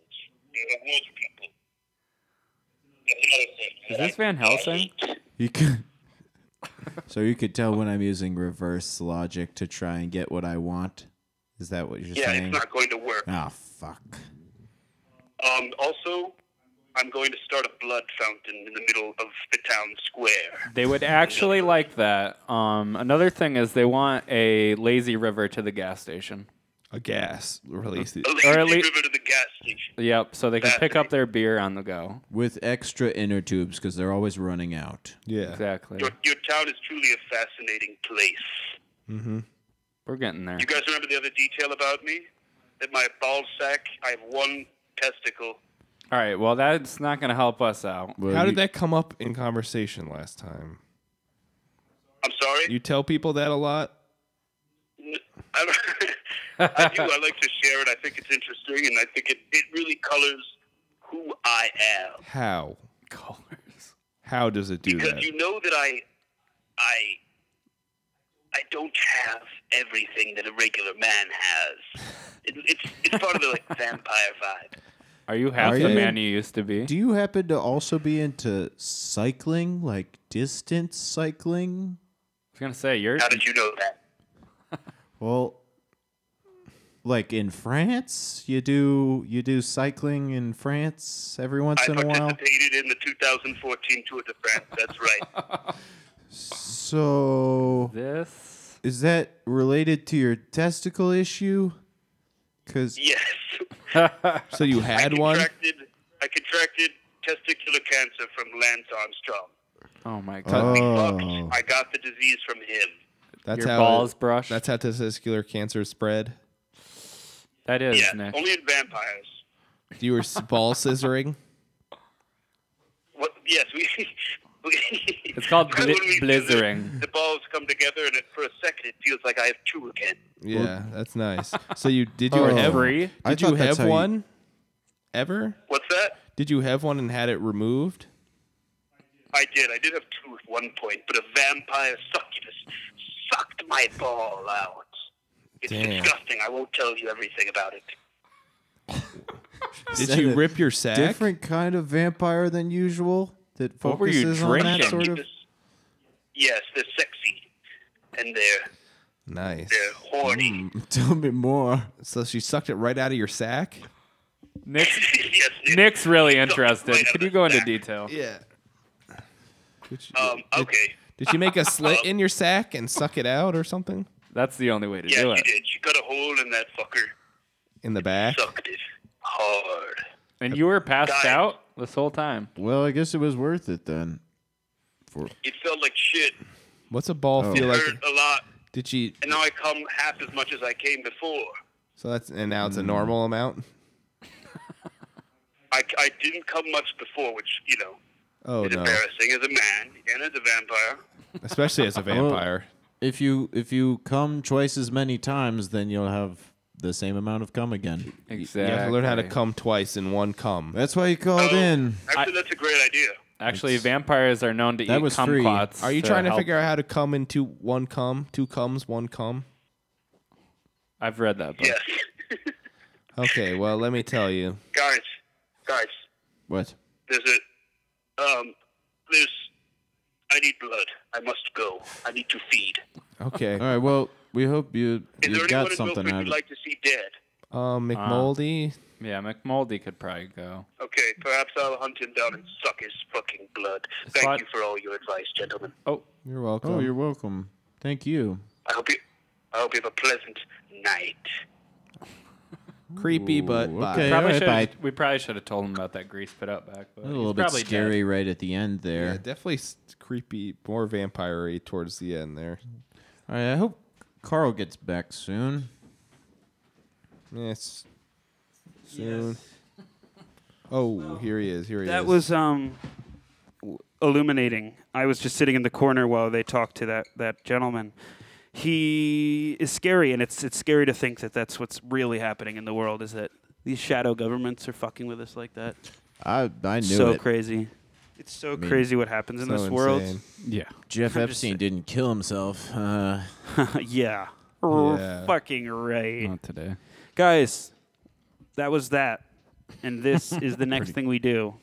I: They're the worst people. That's another thing.
C: Is this Van Helsing?
D: You can. so you could tell when I'm using reverse logic to try and get what I want. Is that what you're
I: Yeah,
D: saying?
I: it's not going to work.
D: Ah, fuck.
I: Um, also, I'm going to start a blood fountain in the middle of the town square.
C: They would actually like that. Um, another thing is they want a lazy river to the gas station.
A: A gas release.
I: Or
C: at lea-
I: river to the gas station.
C: Yep, so they can pick up their beer on the go.
D: With extra inner tubes because they're always running out.
A: Yeah.
C: Exactly.
I: Your, your town is truly a fascinating place.
C: We're getting there.
I: You guys remember the other detail about me? That my ball sack, I have one testicle.
C: All right, well, that's not going to help us out.
D: Well,
A: How
D: you-
A: did that come up in conversation last time?
I: I'm sorry.
A: You tell people that a lot.
I: N- I don't- I do. I like to share it. I think it's interesting, and I think it, it really colors who I am.
A: How?
C: Colors.
A: How does it do
I: because
A: that?
I: you know that I, I, I don't have everything that a regular man has. It, it's it's part of the like vampire vibe.
C: Are you half
D: Are
C: the
D: you?
C: man you used to be?
D: Do you happen to also be into cycling, like distance cycling?
C: I was gonna say you're.
I: How did you know that?
D: Well, like in France, you do you do cycling in France every once
I: I
D: in a while.
I: participated in the 2014 Tour de France. That's right.
D: So
C: This
D: is that related to your testicle issue? Because
I: yes,
A: So you
I: I
A: had one?
I: contracted I contracted testicular cancer from Lance Armstrong.
C: oh my god,
D: Oh.
I: Fucked, I got the disease from him.
A: That's
C: your
A: how
C: balls
A: it-
C: brush.
A: That's how testicular cancer spread.
C: that is
I: Yeah,
C: Nick.
I: only in vampires.
A: You were s- ball scissoring.
I: What? Yes, we. we
C: It's called
I: when
C: bli-
I: we do
C: blizzering.
I: The, the balls come together, and it, for a second, it feels like I have two again.
A: Yeah, that's nice. So you did you
D: Oh.
A: have
C: Free?
A: Did
D: I
A: you
D: thought that's
A: have
D: how you-
A: one? Ever?
I: What's that?
A: Did you have one and had it removed?
I: I did. I did have two at one point, but a vampire succubus sucked my ball out. It's
A: Damn.
I: disgusting. I won't tell you everything about it.
A: Did
D: that
A: you
D: a
A: rip your sack?
D: different kind of vampire than usual that
C: What were you
D: focuses on that
C: drinking?
D: sort of.
I: Succubus- Yes, they're sexy, and they're
A: Nice.
I: they're
C: Hmm.
I: horny.
D: Tell me more.
A: So she sucked it right out of your sack?
C: Nick's,
I: yes, it-
C: Nick's really
I: Sucked
C: interested.
I: right out
C: Could
I: of
C: you go into
I: that.
C: detail?
A: Yeah. Did she,
I: Um, okay.
A: did she make a slit in your sack and suck it out or something?
C: That's the only way to do
I: Yeah, she
C: it.
I: did. She cut a hole in that fucker.
A: In the back?
I: Sucked it hard.
C: And you were passed
I: Guy.
C: out this whole time.
D: Well, I guess it was worth it then. For
I: It felt like shit.
A: What's a ball
D: Oh.
A: feel like?
I: hurt a lot,
A: Did she?
I: and now I come half as much as I came before.
A: So that's and now
D: Hmm.
A: it's a normal amount.
I: I, I didn't come much before, which, you know,
A: Oh
I: is
A: no!
I: embarrassing as a man and as a vampire.
A: Especially as a vampire.
D: if you if you come twice as many times, then you'll have the same amount of cum again.
C: Exactly.
A: You have to learn how to come twice in one cum.
D: That's why you called
I: Oh,
D: in.
I: Actually, that's a great idea.
C: Actually, vampires are known to
D: That
C: eat
D: was free.
C: kumquats.
A: Are you trying to
C: help-
A: figure out how to cum in two one cum, two cums, one cum?
C: I've read that book.
I: Yes.
A: Okay, well let me tell you.
I: guys, guys,
D: What?
I: there's a, um, there's, I need blood. I must go. I need to feed.
A: Okay,
D: All right. Well, we hope you
I: Is
D: you
I: there
D: got
I: anyone in
D: something
I: Milford
D: out
I: you'd
D: of it.
I: like to see dead?
A: um, McMoldy.
C: Yeah, McMoldy could probably go.
I: Okay, perhaps I'll hunt him down and suck his fucking blood. Thank
C: fine.
I: you for all your advice, gentlemen.
C: Oh,
A: You're welcome.
D: Oh, you're welcome. Thank you.
I: I hope you, I hope you have a pleasant night.
A: creepy, but
D: Ooh,
A: bye.
D: okay. Yeah,
C: probably
D: right,
C: should.
D: bye.
C: We probably should have told him about that grease pit up back. But
D: A
C: he's
D: little bit
C: probably dead.
D: scary right at the end
A: Yeah,
D: there.
A: definitely s- creepy, more vampire-y towards the end there.
D: All right. I hope Carl gets back soon.
A: Yes. Soon. Oh, here he is. Here he is.
B: That was um, w- illuminating. I was just sitting in the corner while they talked to that, that gentleman. He is scary, and it's it's scary to think that that's what's really happening in the world. Is that these shadow governments are fucking with us like that?
D: I I knew
B: so
D: it.
B: crazy. It's so crazy what happens in
A: So
B: this world.
A: insane.
E: Yeah.
D: Jeff
B: I'm just
D: Epstein didn't kill himself. Uh,
B: yeah. You're
A: Yeah.
B: Fucking right.
E: Not today.
B: Guys, that was that. And this is the next thing we do.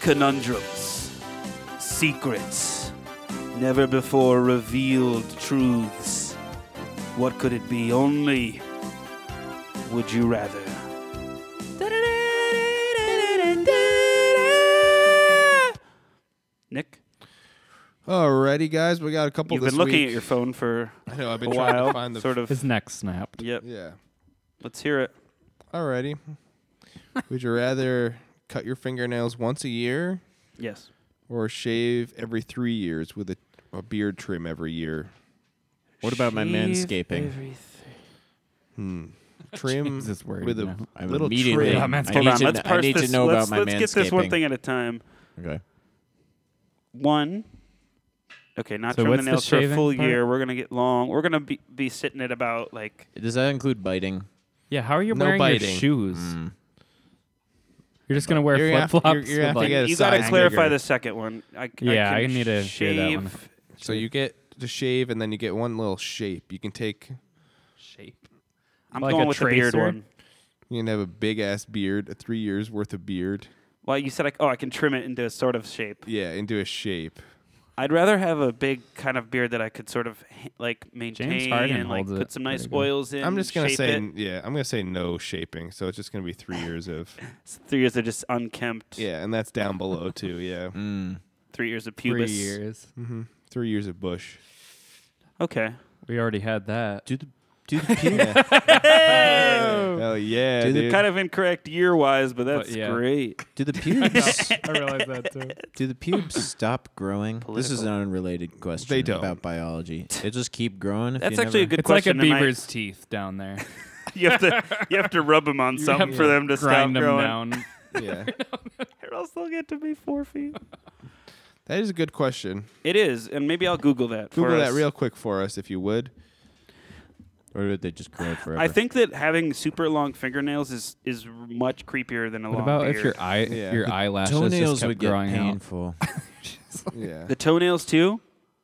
B: Conundrums, secrets, never before revealed truths. What could it be? Only would you rather? Nick,
A: Alrighty, guys, we got a couple.
B: you've
A: this
B: been looking
A: week.
B: at your phone for
A: I know. I've
B: a
A: been trying to
B: while.
A: find the
B: Sort of.
E: His neck snapped.
B: Yep.
A: Yeah.
B: Let's hear it.
A: Alrighty. Would you rather cut your fingernails once a year
B: Yes.
A: or shave every three years with a, a beard trim every year?
D: what about my manscaping?
A: Trim
E: Jesus, word,
A: with a
E: no.
D: I'm
A: little
D: immediately.
A: trim.
D: I
B: Hold
D: need
B: on.
D: to,
B: Oh, Let's
D: kn- I
B: parse
D: need
B: this.
D: to know
B: let's
D: about my
B: let's get this one
D: manscaping.
B: thing at a time.
D: Okay.
B: One. Okay, not
E: So
B: trimming
E: what's
B: the
E: the
B: nails for a
E: shaving
B: full
E: part?
B: year. We're gonna get long. We're gonna be, be sitting at about like
D: Does that include biting?
E: Yeah. How are you
A: No
E: wearing
A: biting.
E: your shoes?
C: You're just gonna wear
A: You're gonna
C: flip
A: have-
C: flops.
A: you're- you're gonna have to get a
B: You gotta
A: size
B: clarify
A: bigger.
B: the second one. I,
C: Yeah,
B: I,
C: I
B: can
C: need to hear that one.
B: shave-
A: So you get to shave, and then you get one little shape. You can take.
C: shape.
B: I'm
C: Like
B: going
C: a
B: with the beard
C: tracer?
B: one.
A: You can have a big ass beard, a three years worth of beard.
B: Well, you said like, oh, I can trim it into a sort of shape.
A: Yeah, into a shape.
B: I'd rather have a big kind of beard that I could sort of h- like maintain
C: Harden
B: and like
C: holds it
B: put some nice
C: pretty good.
B: oils in.
A: I'm just gonna
B: shape
A: say,
B: it.
A: yeah, I'm gonna say no shaping. So it's just gonna be three years of.
B: three years of just unkempt.
A: Yeah, and that's down below too. Yeah,
B: Mm. Three years of
C: Three
B: pubis.
C: years.
A: three years of bush.
B: Okay.
C: We already had that.
D: Do the do the
B: Oh.
A: Hell yeah,
D: Do the
A: dude.
B: Kind of incorrect year wise, but that's
C: yeah.
B: great.
D: do the pubes
C: I realized that too.
D: do the pubes stop growing? This is an unrelated question
A: They don't.
D: about biology. They just keep growing. If
B: That's
D: you
B: actually a
D: never-
B: good
C: It's like a
B: question. and I-
C: beaver's teeth down there.
B: you have to you have to rub them on something
C: have
B: for
C: to
B: them to stop
C: Grind them
B: growing.
C: down.
A: yeah,
B: Or else they'll get to be four feet.
A: that is a good question.
B: It is, and maybe I'll Google that. for
A: Google that
B: us.
A: real quick for us, if you would.
D: or would they just grow forever?
B: I think that having super long fingernails is is much creepier than a
C: What
B: long
C: about
B: beard.
C: if your eye,
A: Yeah.
C: your
A: The
C: eyelashes just
D: toenails
C: kept
D: would get
C: growing out?
D: painful.
A: Yeah,
B: the toenails too?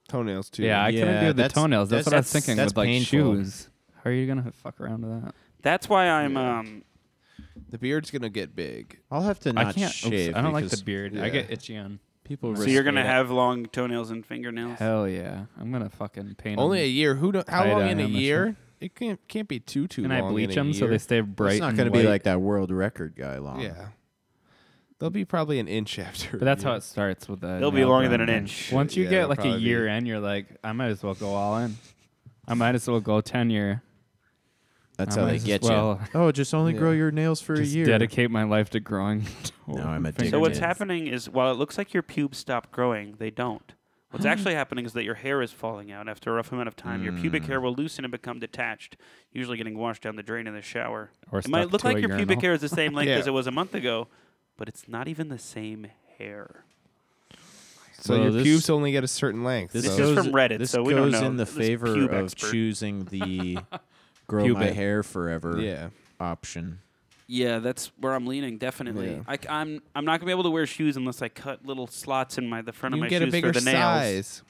A: toenails too.
C: Yeah, I couldn't
D: Yeah,
C: do the
D: that's-
C: toenails. That's,
D: that's-
C: what I
D: that's-
C: was thinking
D: that's
C: with like
D: painful.
C: shoes. How are you gonna fuck around with that?
B: That's why I'm um
A: the beard's gonna get big.
D: I'll have to
C: I
D: not
C: can't. oops,
D: shave.
C: I don't like the
D: because
C: beard.
A: yeah.
C: I get itchy on. People.
B: so
C: risk
B: you're gonna
C: it.
B: have long toenails and fingernails.
C: Hell yeah! I'm gonna fucking paint.
A: Only a
C: them.
A: year. Who? Don't, how
C: Tie
A: long
C: dye
A: in a
C: on this
A: year? It can't can't be too too
C: Can
A: long.
C: I bleach
A: in a
C: them so they
A: year.
C: stay bright?
D: It's not
C: and
D: going to be
C: white?
D: like that world record guy long.
A: Yeah, they'll be probably an inch after.
C: But that's how it starts with the.
B: They'll be
C: nail
B: longer than
C: gun
B: an
C: thing.
B: inch.
C: Once you
A: Yeah,
C: get
A: they'll
C: like a
A: probably be-
C: year in, you're like, I might as well go all in. I might as well go ten year.
D: That's
C: I
D: how
C: might
D: they
C: as
D: get
C: well
D: you. Oh, just only grow
A: Yeah.
D: your nails for
C: Just
D: a year.
C: dedicate my life to growing.
D: Now I'm addicted.
B: So what's
D: Fingernails.
B: happening is while it looks like your pubes stop growing, they don't. What's actually happening is that your hair is falling out after a rough amount of time. Your pubic hair will loosen and become detached, usually getting washed down the drain in the shower.
C: Or
B: it might
C: stuck
B: look
C: to
B: like
C: a
B: your pubic
C: urinal.
B: hair is the same length
A: Yeah.
B: as it was a month ago, but it's not even the same hair.
A: So
D: Well,
A: your
D: this-
A: pubes only get a certain length.
D: This,
A: so-
B: is
D: goes,
B: from Reddit,
D: This
B: so we don't
D: goes
B: know.
D: in the
B: This
D: favor
B: pube
D: of
B: expert.
D: choosing the grow my
C: Pubic.
D: hair forever
A: yeah.
D: option.
B: Yeah, that's where I'm leaning. Definitely,
A: Yeah.
B: I, am I'm not gonna be able to wear shoes unless I cut little slots in my the front
A: You
B: of my
A: get a
B: shoes
A: bigger
B: for the nails.
A: size.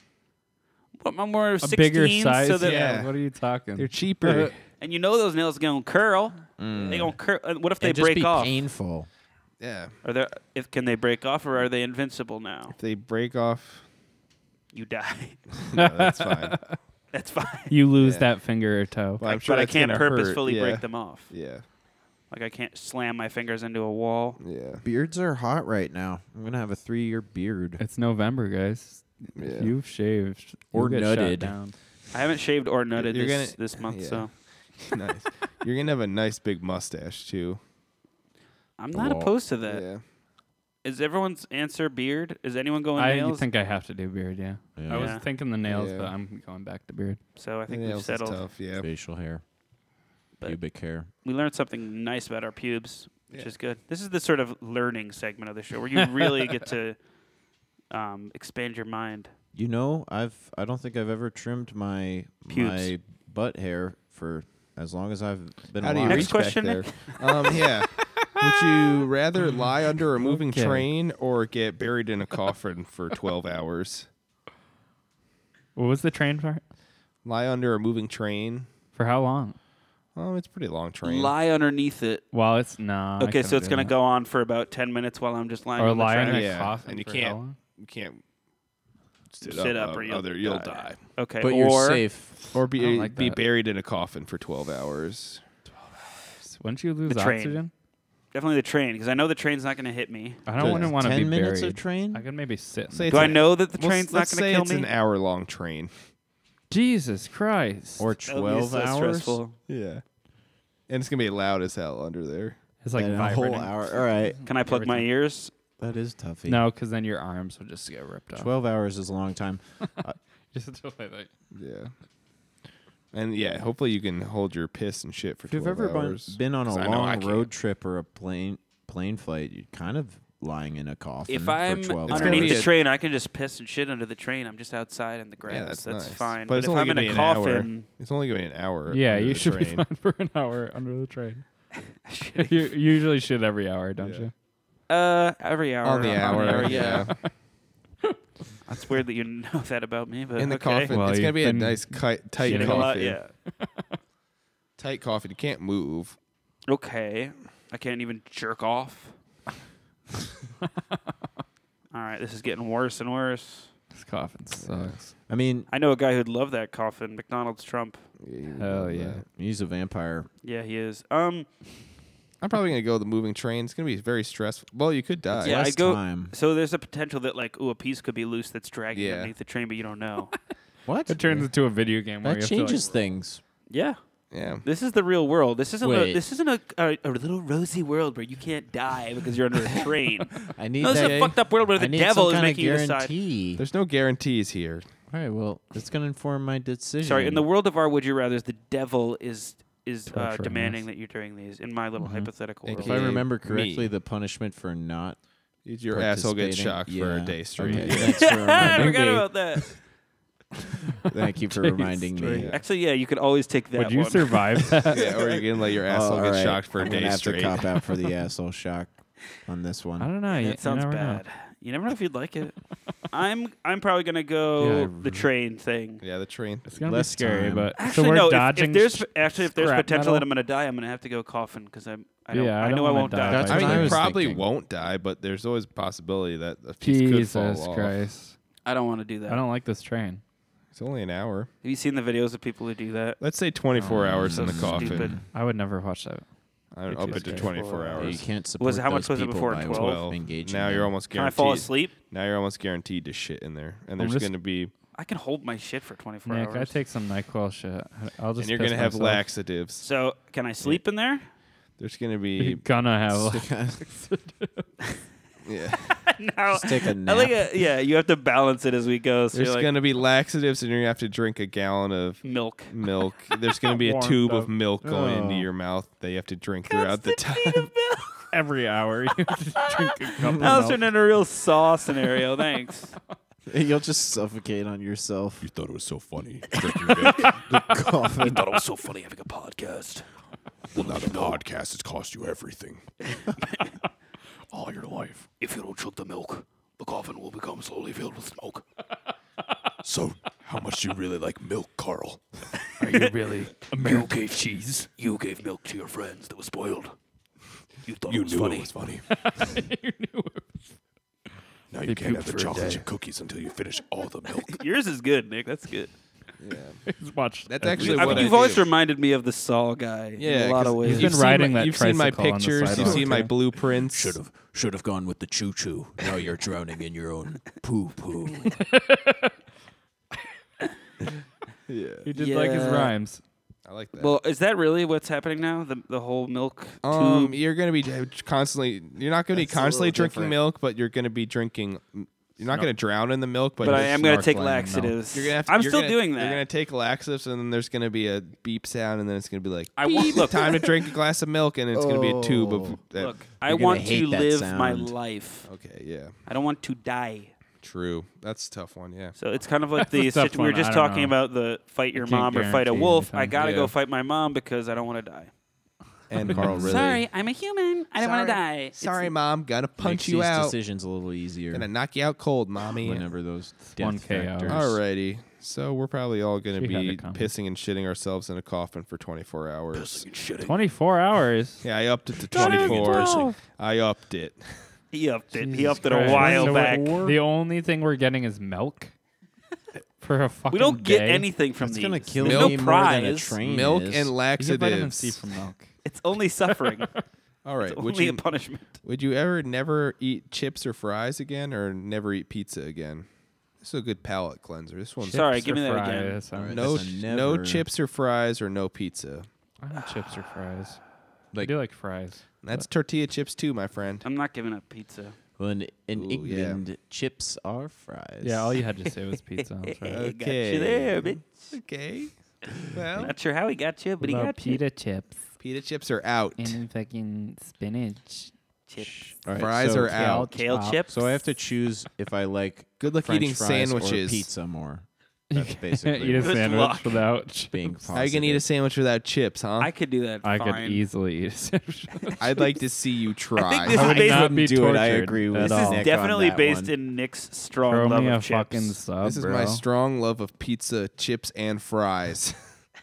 B: But I'm more
C: A
B: 16,
C: bigger size.
B: so that
A: Yeah.
C: What are you talking?
A: They're cheaper.
B: and you know those nails gonna curl. They gonna curl. and What if they
D: and just
B: break
D: be
B: off?
D: painful.
A: yeah.
B: Are there? If can they break off, or are they invincible now?
A: If they break off,
B: You die.
A: no, that's fine.
B: That's fine.
C: You lose
A: Yeah.
C: that finger or toe.
A: Well, I'm sure
B: but I
A: that's
B: can't
A: gonna hurt.
B: purposefully
A: yeah.
B: break them off.
A: Yeah.
B: Like I can't slam my fingers into a wall.
A: Yeah.
D: Beards are hot right now. I'm gonna have a three-year beard.
C: It's November, guys.
A: Yeah.
C: If You've shaved
D: Or
C: you'll get shot
D: nutted.
C: down.
B: I haven't shaved or nutted
A: You're
B: this,
A: gonna-
B: this month,
A: yeah.
B: so
A: nice. You're gonna have a nice big mustache too.
B: I'm not
D: Well,
B: opposed to that. Is
A: Yeah.
B: everyone's answer beard? Is anyone going
C: I
B: Oh, nails?
C: think I have to do beard. Yeah. I was
B: Yeah.
C: thinking the nails,
A: Yeah.
C: but I'm going back to beard.
B: so I think
A: Nails
B: we've
A: is
B: settled.
A: Tough. Yeah.
D: Facial hair,
B: But-
D: pubic hair.
B: We learned something nice about our pubes, which
A: Yeah.
B: is good. This is the sort of learning segment of the show where you really get to um, expand your mind.
D: You know, I've I don't think I've ever trimmed my
B: Pubes.
D: my butt hair for as long as I've been
A: How do you
D: alive.
B: Next
A: reach
B: question,
A: back there? um, yeah. Would you rather lie under a moving
C: Okay.
A: train or get buried in a coffin for 12 hours?
C: What was the train part?
A: Lie under a moving train.
C: For how long?
A: Oh, it's a pretty long train.
B: Lie underneath it.
C: Well, it's nah. I
B: Okay, so
C: couldn't
B: it's
C: do
B: gonna
C: that.
B: go on for about ten minutes while I'm just lying.
C: or
B: on the
C: lie in
B: track.
C: a
A: Yeah,
C: coffin.
A: and you
C: for
A: can't-
C: how long?
A: You can't sit,
B: Sit
A: up,
B: up or
A: um,
B: you'll
A: other- you'll
B: die.
A: die.
B: Okay,
D: but
B: or
D: you're safe.
A: Or be,
C: like
A: be
C: that.
A: buried in a coffin for 12 hours.
C: Wouldn't you lose
B: The train.
C: oxygen?
B: definitely the train because I know the train's not gonna hit me.
C: I don't want to want to
D: ten
C: be
D: minutes
C: buried.
D: of train.
C: I could maybe sit. in
A: Say
C: it.
B: Do
A: It's
B: I
A: an-
B: know that the
A: Well,
B: train's not
A: let's
B: gonna
A: say
B: kill
A: it's
B: me?
A: an hour long train.
C: Jesus Christ!
D: or
B: That would be
D: twelve
B: so
D: hours.
B: stressful.
A: Yeah. And it's going to be loud as hell under there.
C: it's like
D: Then a
C: vibrating.
D: whole hour. All right,
B: Can I plug my ears?
D: that is toughy.
C: No, because then your arms would just get ripped off.
D: twelve hours is a long time.
C: Just until they, like-
A: Yeah. And yeah, hopefully you can hold your piss and shit for
D: If you've
A: 12
D: ever been,
A: hours.
D: been on a
A: 'Cause I know I
D: long
A: can't.
D: road trip or a plane plane flight, you're kind of lying in a coffin
B: If
D: for 12
B: I'm
A: It's gonna
B: underneath
A: be
B: the
A: a-
D: hours.
B: train, I can just piss and shit under the train. I'm just outside in the grass.
A: that's nice.
B: fine.
A: But it's
B: if
A: only
B: I'm in
A: gonna
B: a
A: be an hour.
B: coffin,
A: It's only going to be an hour.
C: Yeah,
A: under
C: you
A: the
C: should be
A: train.
C: fine for an hour under the train. you usually should every hour, don't
A: Yeah.
C: you?
B: Uh, every hour.
A: On the
B: I'm
A: hour,
B: there,
A: yeah.
B: It's weird that you know that about me, but
A: In the
B: okay.
A: coffin,
C: Well,
A: it's gonna
C: you've
A: be a
C: been
A: nice tight, tight
B: Shitting
A: coffin.
B: a lot, yeah.
A: Tight coffin. You can't move.
B: Okay. I can't even jerk off. All right, this is getting worse and worse.
C: This coffin sucks.
D: I mean,
B: I know a guy who'd love that coffin, McDonald's Trump.
C: Hell yeah.
D: he's a vampire.
B: Yeah, he is. Um,
A: I'm probably gonna go with the moving train. It's gonna be very stressful. Well, you could die.
B: yeah, I
D: last
B: go.
D: time.
B: So there's a potential that like, ooh, a piece could be loose that's dragging
A: Yeah.
B: underneath the train, but you don't know.
D: What?
C: It turns into a video game where
D: that
C: you have to, like,
D: changes things.
B: yeah,
A: Yeah.
B: this is the real world. This isn't. A,
D: Wait.
B: this isn't a, a a little rosy world where you can't die because you're under a train.
D: I need
B: no, this
D: that.
B: is a fucked up world where the
D: I need
B: devil
D: some
B: is
D: kind
B: making you
D: of
B: decide.
D: guarantee.
A: There's no guarantees here.
D: All right, well, it's gonna inform my decision.
B: Sorry, in the world of our would you rather's, the devil is is uh,
C: Torturing
B: demanding
C: us.
B: that you're doing these in my
D: Mm-hmm.
B: little hypothetical
A: Thank
B: world.
D: if I
A: Yeah,
D: remember
A: me.
D: correctly, the punishment for not
A: Your asshole gets shocked
D: participating-
A: for a
D: Yeah.
A: day straight.
D: Okay,
A: Yeah.
D: thanks for
B: I
D: reminding
B: forgot
D: me.
B: about that.
D: Thank you for reminding me.
A: Yeah.
B: Actually, yeah, you could always take that
C: Would you
B: one.
C: survive that?
A: Yeah, or you can let your
D: Oh,
A: asshole
D: all
A: get
D: right.
A: shocked for a
D: I'm gonna
A: day
D: have
A: straight.
D: to cop out for the asshole shock on this one.
C: I don't know. you- you
B: That sounds
C: never know.
B: bad. You never know if you'd like it. I'm I'm probably gonna
D: Yeah, I
B: go the
D: really-
B: train thing.
A: Yeah, the train.
C: It's gonna
D: Less
C: be scary,
D: time.
C: but
B: Actually,
C: so we're
B: no. if- If,
C: dodging.
B: there's
C: sh-
B: actually if there's
C: scrap
B: potential that
C: metal?
B: I'm gonna die, I'm gonna have to go coffin because I'm I don't
C: Yeah, I
B: I
C: don't
B: know I
C: wanna
B: won't
C: die.
B: die.
D: That's
A: I
D: what
A: mean,
D: I
A: you
D: was
A: probably
D: thinking.
A: won't die, but there's always a possibility that a piece could
C: Jesus
A: fall off.
C: Christ!
B: I don't want to do that.
C: I don't like this train.
A: It's only an hour.
B: Have you seen the videos of people who do that?
A: Let's say
D: Oh,
A: 24 hours
B: so
D: Mm-hmm.
A: in the coffin.
B: stupid.
C: I would never watch that.
A: I don't, up
C: Jesus
A: it to
C: Christ.
A: 24
D: Yeah, You
A: hours.
D: can't support
B: Was it- how much
D: those
B: was it
D: people
B: before?
D: by
B: 12?
A: Well,
D: engaging
A: now
D: them.
A: you're almost
B: Can I
A: guaranteed.
B: fall asleep?
A: Now you're almost guaranteed to shit in there, and
C: I'm
A: there's
C: just-
A: going to be,
B: I can hold my shit for 24
C: Nick,
B: hours.
C: I take some Nyquil shit. I'll just.
A: and you're
C: piss
A: going to have
C: myself.
A: laxatives.
B: so can I sleep in there?
A: There's going to
C: You're
A: be,
C: gonna
D: Oh,
C: have.
A: yeah,
B: no.
D: Just take a
B: I
D: nap.
B: like a, yeah, you have to balance it as we go. So
A: there's
B: you're like
A: going to be laxatives, and you're going to have to drink a gallon of
B: milk.
A: milk. There's going to be a
C: Warmed
A: tube
C: up.
A: of milk going into
D: Oh.
A: your mouth that you have to drink throughout the time.
C: every hour. You have to drink a cup of
B: I was
C: milk.
B: in a real saw scenario. Thanks.
D: You'll just suffocate on yourself. You thought it was so funny.
B: I thought it was so funny having a podcast.
J: Well, now the podcast has cost you everything. All your life. If you don't chug the milk, the coffin will become slowly filled with smoke. so, how much do you really like milk, Carl? Are you really? You gave cheese. You gave milk to your friends that was spoiled. You thought it was funny. Now you can't have the chocolate chip cookies until you finish all the milk.
B: Yours is good, Nick. That's good.
C: Just watch.
A: That's
C: every-
A: actually
B: I
A: what
B: mean,
A: I
B: you've always
A: do.
B: reminded me of the Saw guy in
A: Yeah,
B: a lot of
A: 'cause
B: ways.
A: you've
C: been
A: seen
C: riding
A: my,
C: that
A: You've seen my
C: tricycle on the
A: pictures. You've
C: sidewalk,
A: seen my
C: yeah.
A: blueprints.
J: Should have should have gone with the choo choo. Now you're drowning in your own poo poo.
C: He did like his
B: Yeah.
C: rhymes.
A: I like that.
B: Well, is that really what's happening now? The the whole milk
A: Um,
B: tube.
A: you're gonna be constantly. You're not gonna be constantly drinking milk, but you're gonna be drinking. You're not gonna drown in the milk, but,
B: But I
A: you're
B: am gonna take
C: snorkeling and milk.
B: laxatives.
A: You're gonna have to,
B: I'm
A: you're
B: still
A: gonna-
B: doing
A: You're gonna
B: that.
A: take laxatives, and then there's gonna be a beep sound, and then it's gonna be like,
B: I want look.
A: time to drink a glass of milk, and it's gonna be a tube of.
D: Oh.
A: That.
B: Look, I
D: gonna
B: want
D: hate
B: to
D: that
B: live my
D: sound.
B: life.
A: Okay, yeah,
B: I don't want to die.
A: true. That's a tough one. Yeah,
B: So it's kind of like the
C: a tough
B: situ- we were
C: one.
B: just
C: I don't
B: talking
C: know.
B: about the fight your
C: can't
B: mom or fight a
C: guarantee
B: wolf. I
C: anything.
B: gotta
A: Yeah.
B: go fight my mom because I don't want to die.
A: and Carl really.
G: I'm a human. I
A: Sorry, mom. Gonna punch
D: Makes
A: you
D: these
A: out.
D: decisions a little easier.
A: Gonna knock you out cold, mommy.
D: whenever those death
C: one KO.
D: factors.
A: Alrighty. So we're probably all going to
C: She had a
A: be
C: comment.
A: pissing and shitting ourselves in a coffin for 24 hours.
C: Twenty-four hours.
A: Yeah, I upped it to 24. I upped it.
B: He upped it. He
C: Jesus
B: upped it a
C: Christ.
B: while
C: So we're-
B: back.
C: The only thing we're getting is milk for a fucking
B: We don't get
C: day?
B: anything from
D: It's
B: these.
D: gonna kill
B: There's no
D: me more
B: prize.
D: than a train.
A: Milk
D: is.
A: and
C: You get vitamin C
A: laxatives.
C: from milk.
B: It's only suffering.
A: All right. Would
B: only a
A: you,
B: punishment.
A: would you ever never eat chips or fries again or never eat pizza again? This is a good palate cleanser. This one's
B: Sorry,
C: Chips
B: give
C: or
B: me that again.
C: fries. I'm-
D: Alright.
A: no
D: This is a
A: no
D: never.
A: chips or fries or no pizza.
C: I don't chips or fries. I
D: Like-
C: do like fries.
A: That's tortilla chips too, my friend.
B: I'm not giving up pizza.
D: Well, in, in
A: Ooh, yeah.
D: England, chips are fries.
C: Yeah, all you had to say was pizza. I'm sorry.
B: Got you there, bitch.
A: Okay. Well,
B: Not sure how he got you, but he got you.
C: pita chips
A: pita chips are out.
C: and fucking spinach.
B: Chips.
D: All right,
A: Fries
D: so-
A: are out.
B: Kale
C: Chop.
B: chips.
D: So I have to choose if I like
A: Good luck
D: French
A: eating
D: fries or
A: sandwiches.
D: pizza more. That's basically
C: eat a
D: what-
C: sandwich without chips.
D: being
A: How you gonna eat a
D: positive.
A: sandwich without chips, huh?
B: I could do that.
C: I could
B: fine.
C: easily eat a sandwich.
A: I'd like to see you try.
B: think this
D: I
B: is
D: would
B: basically-
D: not
C: be
D: do it. I
C: tortured
D: agree
C: at
D: with
C: all.
D: Nick
C: This is
D: on
B: Definitely
D: that
B: based
D: one.
B: in Nick's strong
C: Throw
B: love
C: me a
B: of chips.
C: fucking sub,
A: This is
C: bro.
A: my strong love of pizza, chips, and fries.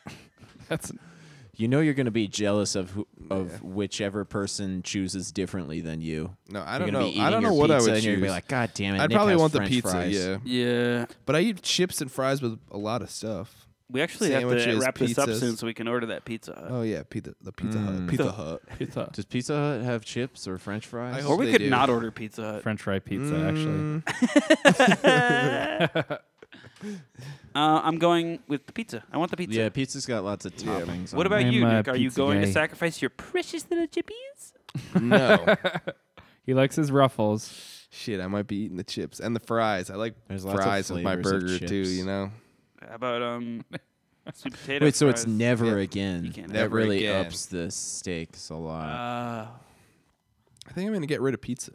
C: That's
D: You know you're gonna be jealous of who, of whichever person chooses differently than you.
A: No, I
D: You're
A: don't
D: gonna be
A: know. I
D: eating
A: don't
D: your
A: know what I
D: pizza
A: would
D: and You're gonna be
A: choose.
D: like, God damn it!
A: I'd
D: Nick
A: probably
D: has
A: want
D: French
A: the pizza,
D: fries."
A: yeah.
B: Yeah,
A: But I eat chips and fries with a lot of stuff.
B: we actually have to
A: Sandwiches,
B: wrap this up
A: pizzas.
B: soon so we can order that pizza. Hut.
A: Oh yeah, pizza, the Pizza
D: Mm.
A: Hut, Pizza Hut.
C: pizza.
D: Does Pizza Hut have chips or French
A: I
D: fries?
A: hope
B: or we
A: they
B: could
A: do.
B: not order Pizza Hut.
C: French fry pizza,
A: Mm.
C: actually.
B: Uh, I'm going with the pizza. I want the pizza.
D: Yeah, pizza's got lots of toppings.
B: What
D: on it.
B: about
C: I'm
B: you,
C: a
B: Nick? Are you
C: pizza
B: going to
C: guy.
B: sacrifice your precious little chippies?
A: Mm, No,
C: He likes his ruffles.
A: shit, I might be eating the chips and the fries. I like
D: There's lots of
A: fries with my
D: flavors of
A: burger too.
D: chips.
A: You know,
B: How about um, sweet potato
D: Wait, so it's
B: fries?
D: never
A: Yeah.
D: again.
B: You can't
D: that
A: Never
D: really
A: again.
D: ups the stakes a lot.
B: Uh,
A: I think I'm gonna get rid of pizza.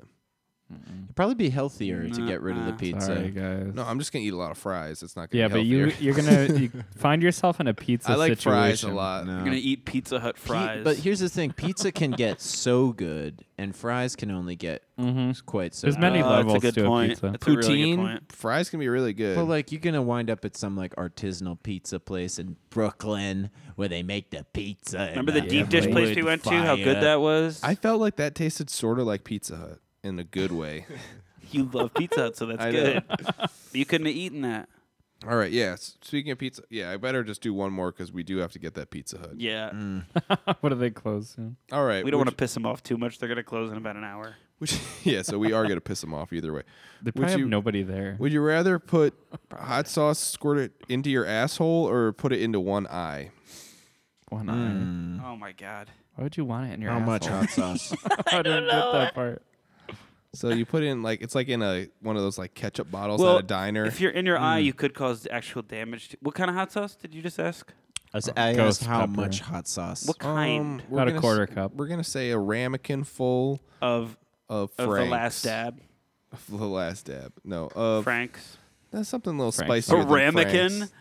D: It'd probably be healthier to get rid of the
B: Nuh-uh.
D: pizza.
C: Sorry, guys.
A: No, I'm just gonna eat a lot of fries. It's not gonna.
C: yeah,
A: be
C: but you
A: healthier.
C: you're gonna you find yourself in a pizza
A: I like
C: situation.
A: fries a lot.
D: No.
B: you're gonna eat Pizza Hut
D: Pe-
B: fries.
D: But here's the thing: pizza can get so good, and fries can only get
C: Mhm.
D: quite so.
C: There's
D: good.
C: many
B: Oh,
C: levels
B: that's a good
C: to
B: point.
C: a pizza.
B: That's a really good
A: Poutine,
B: point.
A: fries can be really good.
D: But like you're gonna wind up at some like artisanal pizza place in Brooklyn where they make the pizza. in
B: Remember the deep dish place we
D: wood
B: went to? How good
D: fire.
B: that was.
A: I felt like that tasted sort of like Pizza Hut in a good way.
B: you love Pizza Hut, so that's
A: I know.
B: good. you couldn't have eaten that.
A: All right, yeah. s- Speaking of pizza, yeah, I better just do one more because we do have to get that Pizza Hut.
B: Yeah,
C: what are they close soon?
A: All right,
B: we don't want
A: would
B: to piss them off too much. They're gonna close in about an hour.
A: you- would you- yeah, so we are gonna piss them off either way.
C: They
A: Would
C: probably have
A: you-
C: nobody there.
A: Would you rather put hot sauce squirt it into your asshole or put it into one eye?
C: One
A: Hmm.
C: eye.
B: Oh my god.
C: Why would you want it in your
D: How much
C: asshole?
D: hot sauce?
C: I didn't get that part.
A: So you put in like it's like in a one of those like ketchup bottles
B: Well,
A: at a diner.
B: If you're in your eye, you could cause actual damage. To, what kind of hot sauce did you just ask?
D: I was- I
C: Ghost
D: asked how
C: pepper.
D: much hot sauce.
B: What
A: Um,
B: kind
A: we're
C: About a
A: gonna s-
C: quarter cup.
A: We're gonna say a ramekin full
B: of
A: of
B: of the last
A: Frank's.
B: dab?
A: Of the last dab. No, of
B: Frank's.
A: that's something a little
C: Frank's.
A: spicier.
B: a
A: than
B: ramekin.
A: Frank's.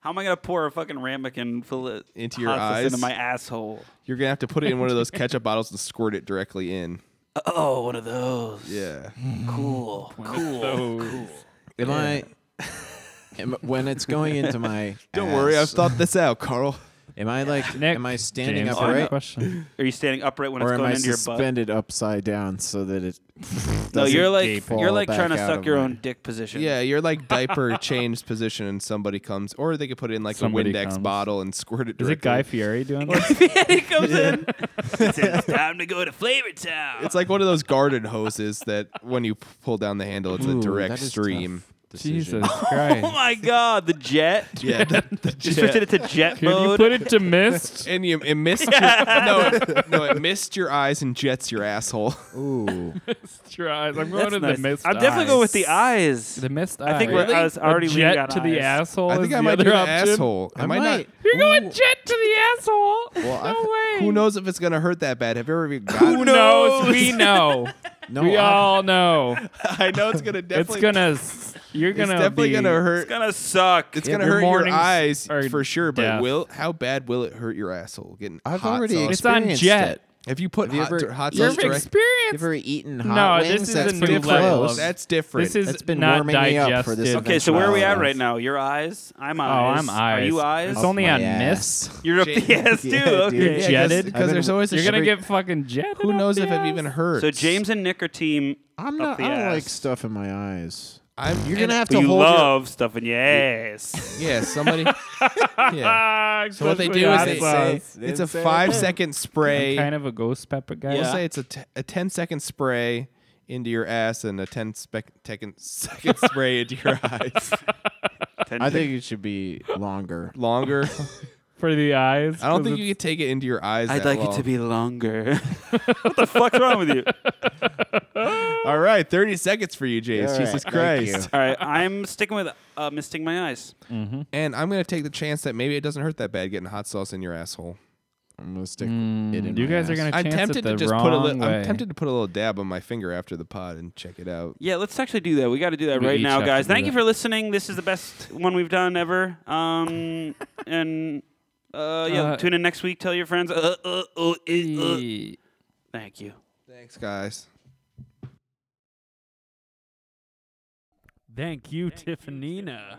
B: How am I gonna pour a fucking ramekin full of
A: Into your
B: hot sauce
A: eyes?
B: into my asshole?
A: You're gonna have to put it in one of those ketchup bottles and squirt it directly in.
B: Oh, one of those.
A: Yeah.
B: Cool. Cool. Cool.
D: Am I? am- when it's going into my.
A: Don't worry, I've
D: ass,
A: thought this out, Carl.
D: Am I like?
C: Nick,
D: am I standing
C: James,
D: upright?
C: Question.
B: Are you standing upright when it's
D: or am
B: going
D: I
B: into your butt?
D: suspended upside down so that it?
B: No,
D: doesn't
B: you're like
D: fall
B: you're like
D: back
B: trying to
D: out
B: suck
D: of
B: your
D: my-
B: own dick position.
A: Yeah, you're like diaper changed position and somebody comes or they could put it in like
C: Somebody
A: a Windex
C: comes.
A: bottle and squirt it
C: Is
A: directly.
C: it Guy Fieri doing that?
B: he comes in. He says, "It's time to go to Flavor Town.
A: It's like one of those garden hoses that when you p- pull down the handle, it's a
D: Ooh,
A: direct
D: that is
A: stream.
D: tough decision.
C: Jesus
B: oh
C: Christ!
B: my god, the jet.
A: Yeah, the, the
B: Just switching
A: jet.
B: it to jet
C: Can you
B: mode.
C: put it to mist?
A: And you, it missed your, no, it, no, it missed your eyes and jets your asshole.
D: Ooh.
C: Your eyes. I'm going
B: That's
C: to
B: nice.
C: the mist.
B: I'm definitely going with
C: eyes.
B: the eyes.
C: the mist.
B: I think
C: eye.
B: we're- I was already
C: a
B: leaning
C: jet
B: on
C: to the
B: eyes.
C: asshole.
A: I
C: is
A: think I
C: the
A: might
C: other
A: do an
C: option.
A: asshole. I, might, not.
C: You're going jet to the asshole. no
A: Well, I-
C: way.
A: Who knows if it's gonna hurt that bad? Have you ever even gotten?
C: Who knows? We know.
D: No,
C: we
D: I-
C: all know.
A: I know it's gonna
C: It's
A: definitely.
C: gonna. s- You're
A: It's
C: gonna.
A: definitely
C: be,
A: gonna hurt.
B: It's gonna suck.
A: It's
C: Yeah,
A: gonna
C: your
A: hurt your
C: mornings
A: eyes
C: are
A: for sure, but
C: death.
A: will how bad will it hurt your asshole? Getting
D: I've
A: hot
D: already
A: sauce.
C: It's on
D: experienced
C: jet.
D: it.
A: Have you put
D: Have you
A: hot,
D: ever-
A: dir- hot
D: you
A: sauce
D: ever
A: direct?
D: You ever eaten hot
C: No,
D: wings?
C: this is
D: That's
C: a
D: pretty
C: new level.
D: close.
A: That's different.
C: This is
D: That's been
C: not
D: warming me up for this
C: digested.
B: Okay, so where are we at
D: Eventually.
B: right now? Your eyes. I'm
C: Oh,
B: eyes.
C: I'm eyes.
B: Are you eyes?
C: It's only
A: Oh
D: My
C: on
D: ass.
C: mist.
B: You're up the ass too.
D: Yeah,
B: okay.
D: dude.
C: You're jetted.
A: because there's always a
C: You're gonna
A: every-
C: get fucking jetted.
A: Who
C: up
A: knows
C: the
A: if it
C: ass.
A: even hurts?
B: So James and Nick are team.
D: I'm not.
B: up the
D: I don't like
B: ass.
D: stuff in my eyes.
A: I'm,
D: You're gonna have
B: But
D: to
B: you
D: hold
B: love stuff in your ass.
A: Your, yeah, somebody. yeah.
C: Ah,
A: So what they
C: especially
A: do is
C: hot
A: they
C: sauce.
A: say
D: They
A: it's a
D: say
A: five
D: it.
A: second spray.
C: I'm kind of a ghost pepper guy.
A: We'll say it's a, t- a 10 second spray into your ass and a 10 spec- second second spray into your eyes.
D: your. I think it should be longer.
A: Longer.
C: for the eyes.
A: I don't
C: 'cause
A: think you can take it into your eyes.
B: I'd
A: that
B: like it to
A: long.
B: be longer. what the fuck's wrong with you?
A: All right, 30 seconds for you, James.
D: All right,
A: Jesus
D: thank
A: Christ.
D: you.
B: All right, I'm sticking with uh, misting my eyes.
A: And I'm gonna take the chance that maybe it doesn't hurt that bad getting hot sauce in your asshole.
D: I'm gonna stick it in.
C: you
D: my
C: guys are
D: ass.
C: gonna
A: I'm
C: chance
A: tempted
C: it the
A: to just put a
C: wrong
A: little.
C: way.
A: I'm tempted to put a little dab on my finger after the pod and check it out.
B: Yeah, let's actually do that. We got to do that
C: We
B: right
C: each
B: now,
C: have to
B: guys.
C: do
B: Thank you
C: that.
B: for listening. This is the best one we've done ever. Um, and uh, yeah,
C: Uh,
B: tune in next week. Tell your friends. Uh, uh, uh, uh, uh.
C: Ye-
B: Thank you.
A: Thanks, guys.
C: Thank you, Tiffanina.